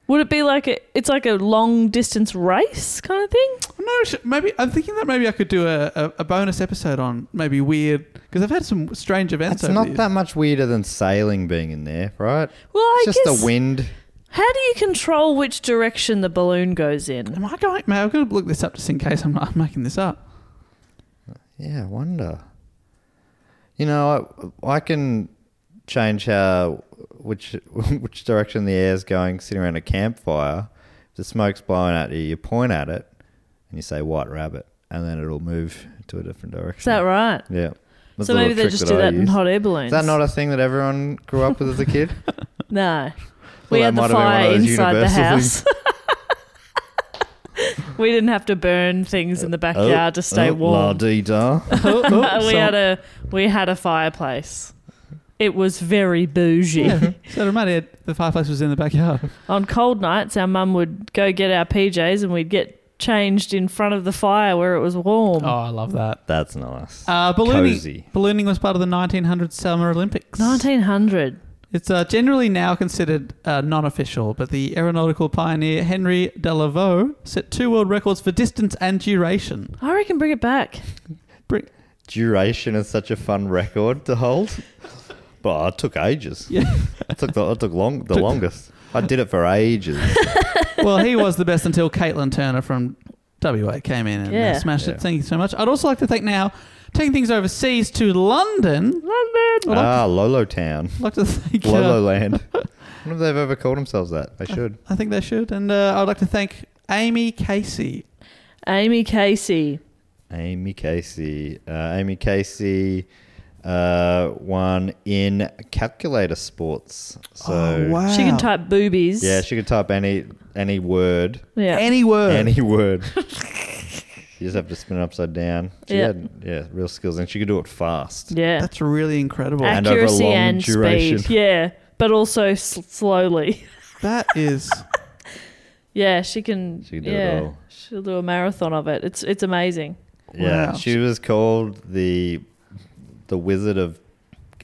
Would it be like a? It's like a long distance race kind of thing.
No, sh- maybe I'm thinking that maybe I could do a, a, a bonus episode on maybe weird because I've had some strange events.
It's
over the
not
years.
that much weirder than sailing being in there, right?
Well, I
it's just
guess-
the wind.
How do you control which direction the balloon goes in?
Am I going? Man, I've got to look this up just in case I'm, I'm making this up.
Yeah, I wonder. You know, I, I can change how which which direction the air's going sitting around a campfire. If the smoke's blowing at you, you point at it and you say white rabbit and then it'll move to a different direction.
Is that right?
Yeah. That's a
so
little
maybe they
trick
just do
I
that in
use.
hot air
Is
balloons.
that not a thing that everyone grew up with as a kid?
No. we
that
had
might
the
have been one of
fire
those
inside the
universal
house. we didn't have to burn things
Uh,
in the backyard to stay
La
warm.
dee da.
Oh, oh,
we
so-
had a we had a fireplace. It was very bougie.
Yeah, so it might add- the fireplace was in the backyard.
On cold nights, our mum would go get our PJs and we'd get changed in front of the fire where it was warm.
Oh, I love that.
That's nice.
Uh, ballooning,
Cozy.
ballooning was part of the 1900 Summer Olympics.
1900.
It's uh, generally now considered uh, non-official, but the aeronautical pioneer Henry Delavaux set two world records for distance and duration.
I reckon bring it back.
Bring-
Duration is such a fun record to hold. but it took ages.
Yeah.
It took the, it took long the longest. I did it for ages.
well, he was the best until Caitlin Turner from WA came in and uh,
Yeah.
smashed it. Thank you so much. I'd also like to thank now, taking things overseas to London. London. I'd like,
Ah, Lolo Town.
like to thank uh,
Lolo Land. I wonder if they've ever called themselves that. They should.
I think they should. And uh, I'd like to thank Amy Casey.
Amy Casey.
Amy Casey. Uh, Amy Casey uh, won in calculator sports. So
Oh,
She can type boobies.
yeah, she could type any any word,
yeah.
Any word.
any word. you just have to spin it upside down. She
Yeah.
had yeah real skills, and she could do it fast.
yeah.
That's really incredible.
And over a
Accuracy
long
and
duration.
speed. Yeah. But also s- slowly.
that is.
Yeah, she can.
She can do it
yeah,
all.
she'll do a marathon of it. It's it's amazing.
Yeah,
Wow.
she was called the the Wizard of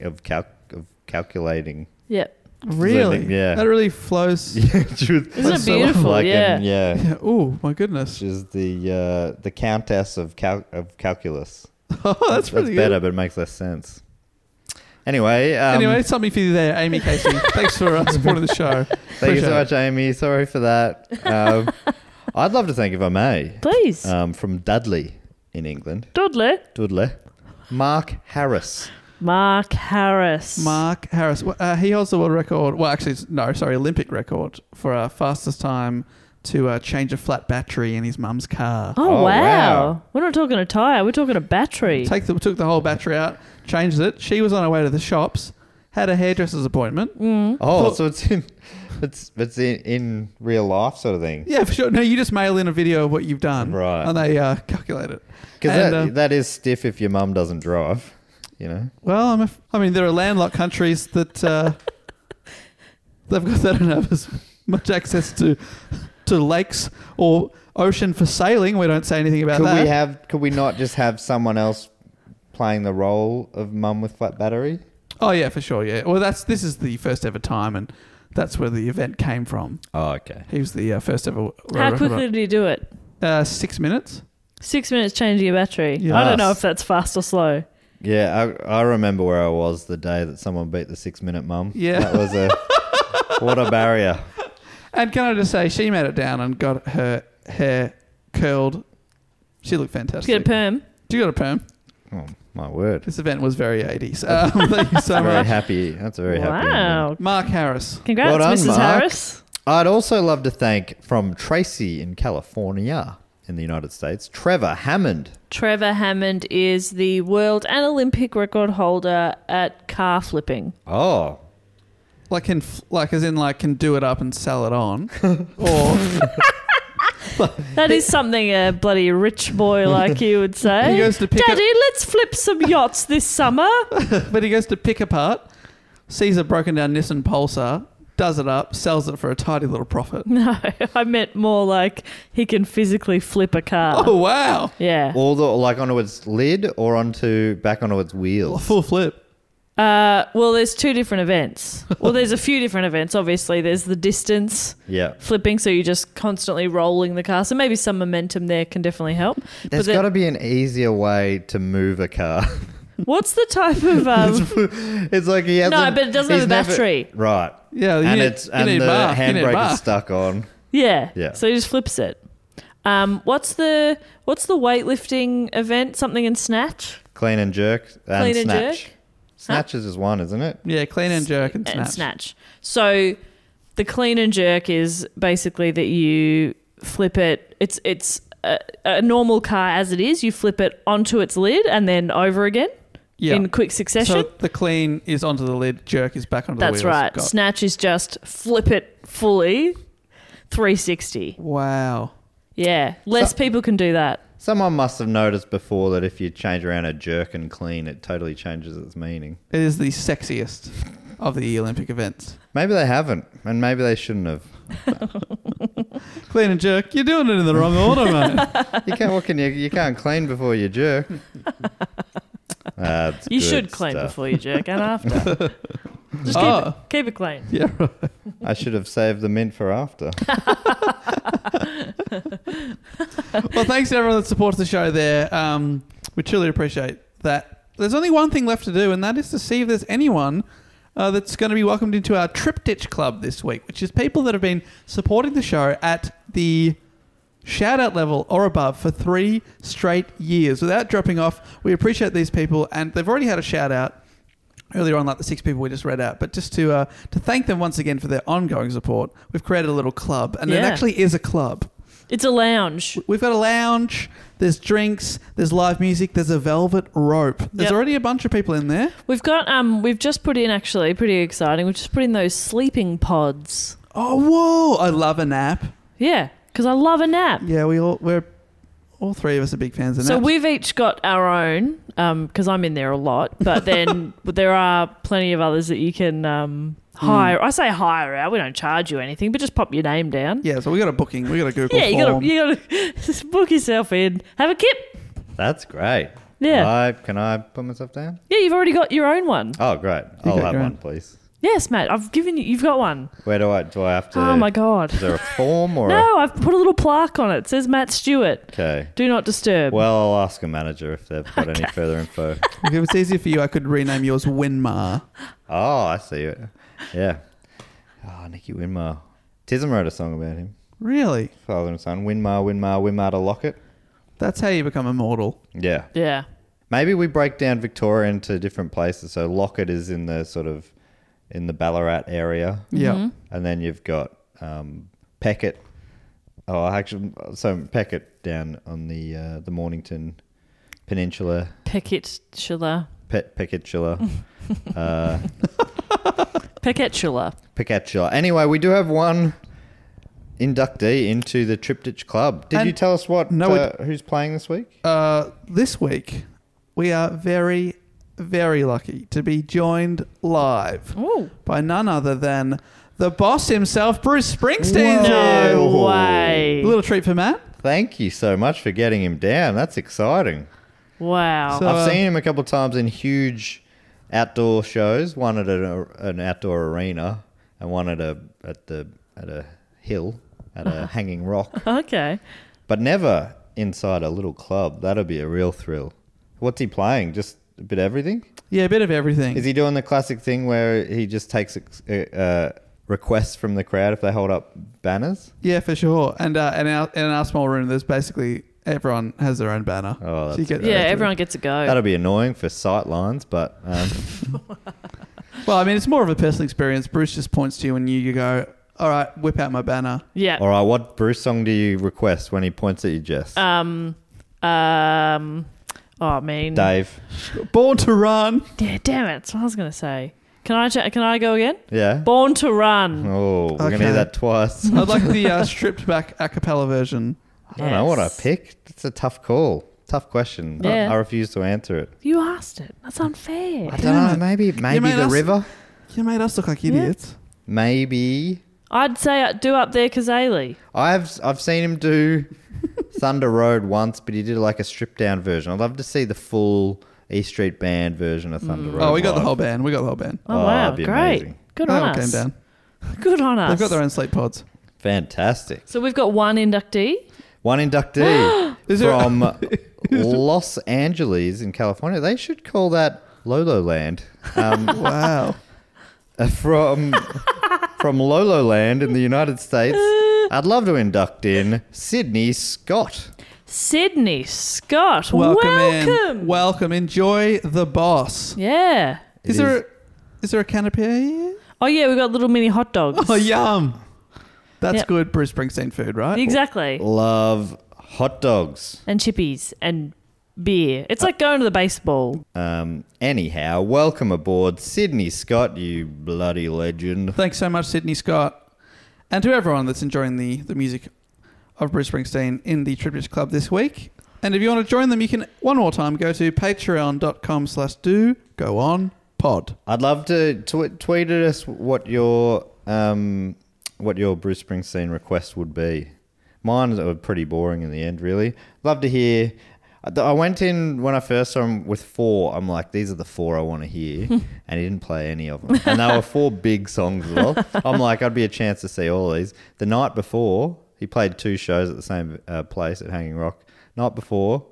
of calc of calculating.
Yep.
Really?
Yeah.
That really flows.
She was-
Isn't it beautiful?
like,
yeah.
um, yeah.
Yeah. Oh, my goodness.
She's the uh, the Countess of cal- of calculus.
Oh, that's
That's
pretty good.
better, but it makes less sense. Anyway, um,
anyway, something for you there, Amy Casey. Thanks for uh, supporting the show.
thank you
Appreciate
so
it.
much, Amy. Sorry for that. Um, I'd love to thank, if I may,
Please.
um, from Dudley in England,
Dudley.
Dudley, Mark Harris.
Mark Harris.
Mark Harris. Well, Uh, he holds the world record. Well, actually, it's- no, sorry, Olympic record for uh, fastest time to uh, change a flat battery in his mum's car.
Oh,
Oh,
wow.
wow.
We're not talking a tire. We're talking a battery.
Take the, took the whole battery out, changed it. She was on her way to the shops, had a hairdresser's appointment.
Oh,
Thought-
so it's in it's it's in, in real life sort of thing.
Yeah, for sure. No, you just mail in a video of what you've done,
Right.
And they uh, calculate it.
Because
And,
that,
uh,
that is stiff if your mum doesn't drive. You know,
Well, I'm a, I mean, there are landlocked countries that uh, they've got they don't have as much access to to lakes or ocean for sailing. We don't say anything about
could
that.
we have? Could we not just have someone else playing the role of mum with flat battery?
oh yeah, for sure. Yeah. Well, that's this is the first ever time, and that's where the event came from.
Oh, okay.
He was the uh, first ever.
How quickly did you do it?
Uh, six minutes.
Six minutes changing a battery. I don't know if that's fast or slow.
Yeah, I, I remember where I was the day that someone beat the six minute mum.
Yeah.
That was a. what a barrier.
And can I just say, she made it down and got her hair curled. She looked fantastic.
Let's get a perm.
She got a perm.
Oh, my word.
This event was very 80s. Um, thank you so
Very
much.
happy. That's a very happy. ending.
Wow.
Mark Harris.
Congrats,
Well done,
Mrs.
Mark.
Harris.
I'd also love to thank from Tracy in California in the United States, Trevor Hammond.
Trevor Hammond is the world and Olympic record holder at car flipping.
Oh.
like can f- like as in like can do it up and sell it on or
That is something a bloody rich boy like you would say.
He goes to pick up-
Daddy, let's flip some yachts this summer.
but he goes to pick apart sees a broken down nissan pulsar does it up sells it for a tidy little profit
No, I meant more like he can physically flip a car.
oh wow
Yeah.
All the like onto its lid or onto back onto its
A
wheels.
full flip
Uh, well, there's two different events. Well, there's a few different events, obviously. There's the distance
Yeah.
flipping, so you're just constantly rolling the car. So maybe some momentum there can definitely help.
There's
then-
got to be an easier way to move a car.
What's the type of. Um,
it's like he has
No, but it doesn't have a battery.
right.
Yeah, you
and
need-
it's
you
and
need
the
bark, you need
handbrake
bark.
is stuck on.
yeah.
Yeah.
So he just flips it. Um, what's the what's the weightlifting event? Something in snatch
Clean and jerk and
Clean and
snatch.
jerk?
Snatch is just one, isn't it?
yeah clean and jerk and snatch,
and snatch. So the clean and jerk is basically that you flip it. It's it's a, a normal car as it is. You flip it onto its lid and then over again
yeah
in quick succession.
so the clean is onto the lid jerk is back onto
That's
the wheels
right.
Got-
Snatch is just flip it fully 360.
wow
Yeah. Less people can do that.
Someone must have noticed before that if you change around a jerk and clean, it totally changes its meaning.
it is the sexiest of the olympic events
Maybe they haven't, and maybe they shouldn't have.
clean and jerk you're doing it in the wrong order mate
You can't. What can you? You can't clean before you jerk. That's
You
good
should clean
stuff.
before you jerk and after. just keep,
Oh.
it, keep it clean.
yeah right.
I should have saved the mint for after.
well, thanks to everyone that supports the show there. Um, we truly appreciate that. There's only one thing left to do, and that is to see if there's anyone uh, that's going to be welcomed into our Triptych Club this week, which is people that have been supporting the show at the shout out level or above for three straight years without dropping off. We appreciate these people, and they've already had a shout out earlier on, like the six people we just read out. But just to uh, to thank them once again for their ongoing support, we've created a little club, and it
Yeah.
actually is a club.
It's a lounge.
We've got a lounge. There's drinks. There's live music. There's a velvet rope. There's
Yep.
already a bunch of people in there.
We've got um we've just put in actually pretty exciting. We've just put in those sleeping pods.
Oh, whoa! I love a nap.
Yeah, because I love a nap.
Yeah, we all we're all three of us are big fans of
So
naps.
we've each got our own because I'm in there a lot, but then there are plenty of others that you can um,
Hmm.
hire. I say hire out. We don't charge you anything, but just pop your name down.
yeah, so we got a booking. We got a Google
yeah you
form.
gotta you gotta just book yourself in. Have a kip.
That's great.
Yeah,
I, can I put myself down?
yeah. You've already got your own one.
Oh, great. I'll
got
have
your own.
one, please.
Yes, Matt. I've given you. You've got one.
Where do I do I have to?
Oh my god.
Is there a form or?
No, I've put a little plaque on it. It says Matt Stewart.
A, okay.
Do not disturb.
Well, I'll ask a manager if they've got any further info.
if it was easier for you, I could rename yours Winmar.
Oh, I see it. Yeah. Oh, Nicky Winmar. Tism wrote a song about him.
Really?
Father and son. Winmar, Winmar, Winmar to Locket.
That's how you become immortal.
Yeah.
yeah.
Maybe we break down Victoria into different places. So Locket is in the sort of in the Ballarat area,
Yeah.
Mm-hmm.
and then you've got um, Peckett. Oh, actually, so Peckett down on the uh, the Mornington Peninsula,
Pecatula.
Pe- Pecketula, uh,
Pecatula.
Pecketula. Anyway, we do have one inductee into the Triptych Club. Did
And-
you tell us what
No,
uh, who's playing this week?
Uh, this week, we are very, very lucky to be joined live
Ooh.
by none other than the boss himself, Bruce Springsteen.
No
Whoa.
A
way.
little treat for Matt.
Thank you so much for getting him down. That's exciting.
Wow.
So-
I've
Uh,
seen him a couple of times in huge outdoor shows. One at an, an outdoor arena, and one at a at the at a hill at a hanging rock.
okay.
But never inside a little club. That'll be a real thrill. What's he playing? Just a bit of everything.
Yeah, a bit of everything.
Is he doing the classic thing where he just takes ex- uh, requests from the crowd if they hold up banners?
Yeah, for sure. And uh, in, our, in our small room, there's basically everyone has their own banner.
Oh,
So you
that's
get-
Yeah, everyone gets a go.
That'll be annoying for sight lines, but um,
Well, I mean, it's more of a personal experience. Bruce just points to you and you, you go, all right, whip out my banner.
yeah.
all right. What Bruce song do you request when he points at you, Jess?
Um. Um. Oh, I mean.
Dave.
Born to run.
Yeah, damn it. That's what I was gonna say. Can I? Ch- can I go again?
Yeah.
Born to run.
Oh, we're gonna
Okay.
hear that twice. I
I'd like the uh, stripped back a cappella version.
don't know what I
Yes.
picked. It's a tough call. Tough question. I-
Yeah.
I, refuse to answer it.
You asked it. That's unfair.
I don't know. Maybe, maybe
made
the
us-
river.
You made us look like idiots.
Maybe
I'd say uh, do up there, Kazali.
I've I've seen him do Thunder Road once, but he did like a stripped down version. I'd love to see the full E Street Band version of Thunder Road.
Oh, we got the
live.
whole band. We got the whole band.
Oh,
Oh,
wow,
that'd be
great.
amazing.
Good
No
on
one
us.
came down.
Good on us.
They've got their own sleep pods.
Fantastic.
So we've got one inductee.
One inductee
Is there-
from Los Angeles in California. They should call that Lolo Land. Um,
Wow.
Uh, from from Lololand in the United States. I'd love to induct in Sydney Scott.
Sydney Scott.
Welcome, in.
Welcome.
Welcome. Enjoy the boss.
yeah.
It
Is there, is there a canopy here?
Oh yeah, we got little mini hot dogs.
Oh, yum. That's
Yep.
good Bruce Springsteen food, right?
Exactly.
Love hot dogs.
And chippies and beer. It's like going to the baseball.
Um, anyhow, welcome aboard Sydney Scott, you bloody legend.
Thanks so much, Sydney Scott. And to everyone that's enjoying the, the music of Bruce Springsteen in the Tribute Club this week. And if you want to join them, you can one more time go to patreon.com slash do go on pod.
I'd love to tw- tweet at us what your um, what your Bruce Springsteen request would be. Mine are pretty boring in the end, really. Love to hear. I- I went in when I first saw him with four. I'm like, these are the four I want to hear, and he didn't play any of them. And they were four big songs as well. I'm like, I'd be a chance to see all of these. The night before, he played two shows at the same uh, place at Hanging Rock. Night before,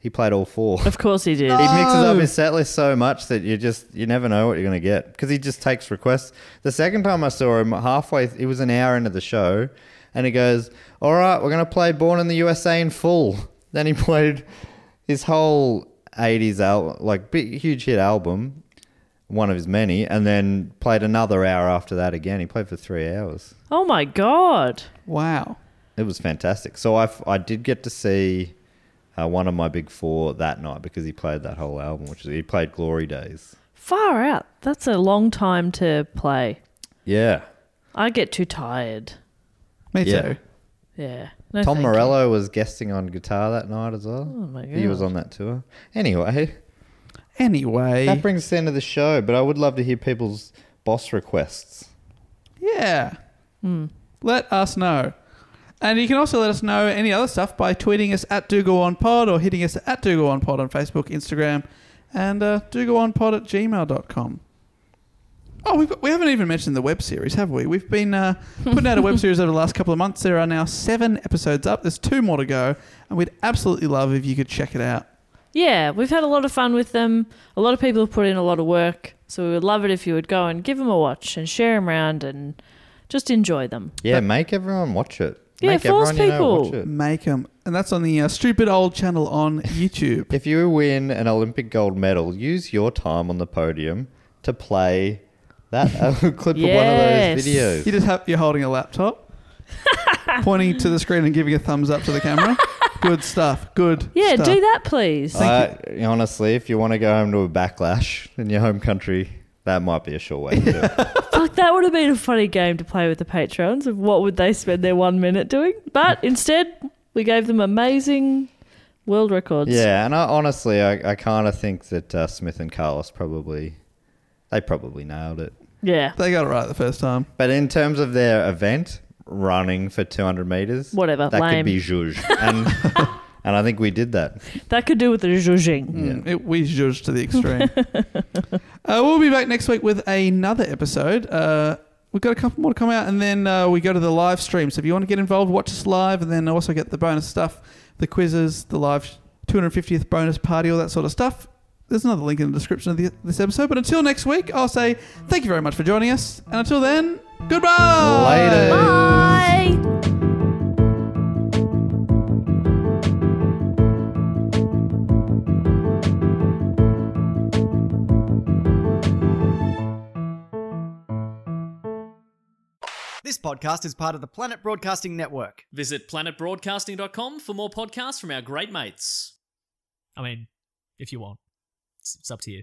he played all four.
Of course he did.
He mixes up his set list so much that you just you never know what you're going to get because he just takes requests. The second time I saw him, halfway, it was an hour into the show, and he goes, "All right, we're gonna play Born in the USA in full." Then he played his whole '80s album, like big, huge hit album, one of his many, and then played another hour after that again. He played for three hours.
Oh my god.
Wow.
It was fantastic. So I, f- I did get to see uh, one of my big four that night because he played that whole album, which is he played Glory Days.
Far out. That's a long time to play.
Yeah.
I get too tired.
Me
Yeah.
too.
Yeah. No,
Tom
thank you.
Morello was guesting on guitar that night as well. Oh
my
He was on that tour. Anyway, that
Anyway.
brings us the end of the show, but I would love to hear people's boss requests.
Yeah. Let us know. And you can also let us know any other stuff by tweeting us at Do Go On Pod or hitting us at Do Go On Pod on Facebook, Instagram, and uh, Do Go On Pod at gmail.com. Oh, we've got, we haven't even mentioned the web series, have we? We've been uh, putting out a web series over the last couple of months. There are now seven episodes up. There's two more to go, and we'd absolutely love if you could check it out.
Yeah, we've had a lot of fun with them. A lot of people have put in a lot of work. So we would love it if you would go and give them a watch and share them around and just enjoy them.
Yeah, make everyone watch it.
Yeah,
make
force
everyone You know,
people.
watch it.
Make 'em. And that's on the uh, stupid old channel on YouTube.
If you win an Olympic gold medal, use your time on the podium to play that uh, clip
Yes.
of one of those videos.
You just have you're holding a laptop, pointing to the screen and giving a thumbs up to the camera. Good stuff. Good.
Yeah,
stuff.
do that, please.
Uh, honestly, if you want to go home to a backlash in your home country, that might be a sure way to do it.
Fuck, that would have been a funny game to play with the patrons of what would they spend their one minute doing. But instead, we gave them amazing world records.
Yeah, and I, honestly, I, I kind of think that uh, Smith and Carlos probably they probably nailed it.
Yeah.
They got it right the first time.
But in terms of their event, running for 200 meters,
Whatever,
that
lame.
could be zhuzh. And, and I think we did that.
That could do with the zhuzhing.
Mm, It, we judged to the extreme. uh, we'll be back next week with another episode. Uh, we've got a couple more to come out, and then uh, we go to the live stream. So if you want to get involved, watch us live, and then also get the bonus stuff, the quizzes, the live 250th bonus party, all that sort of stuff. There's another link in the description of the, this episode. But until next week, I'll say thank you very much for joining us. And until then, goodbye.
Later.
Bye.
This podcast is part of the Planet Broadcasting Network.
Visit planetbroadcasting.com for more podcasts from our great mates. I mean, if you want, it's, it's up to you.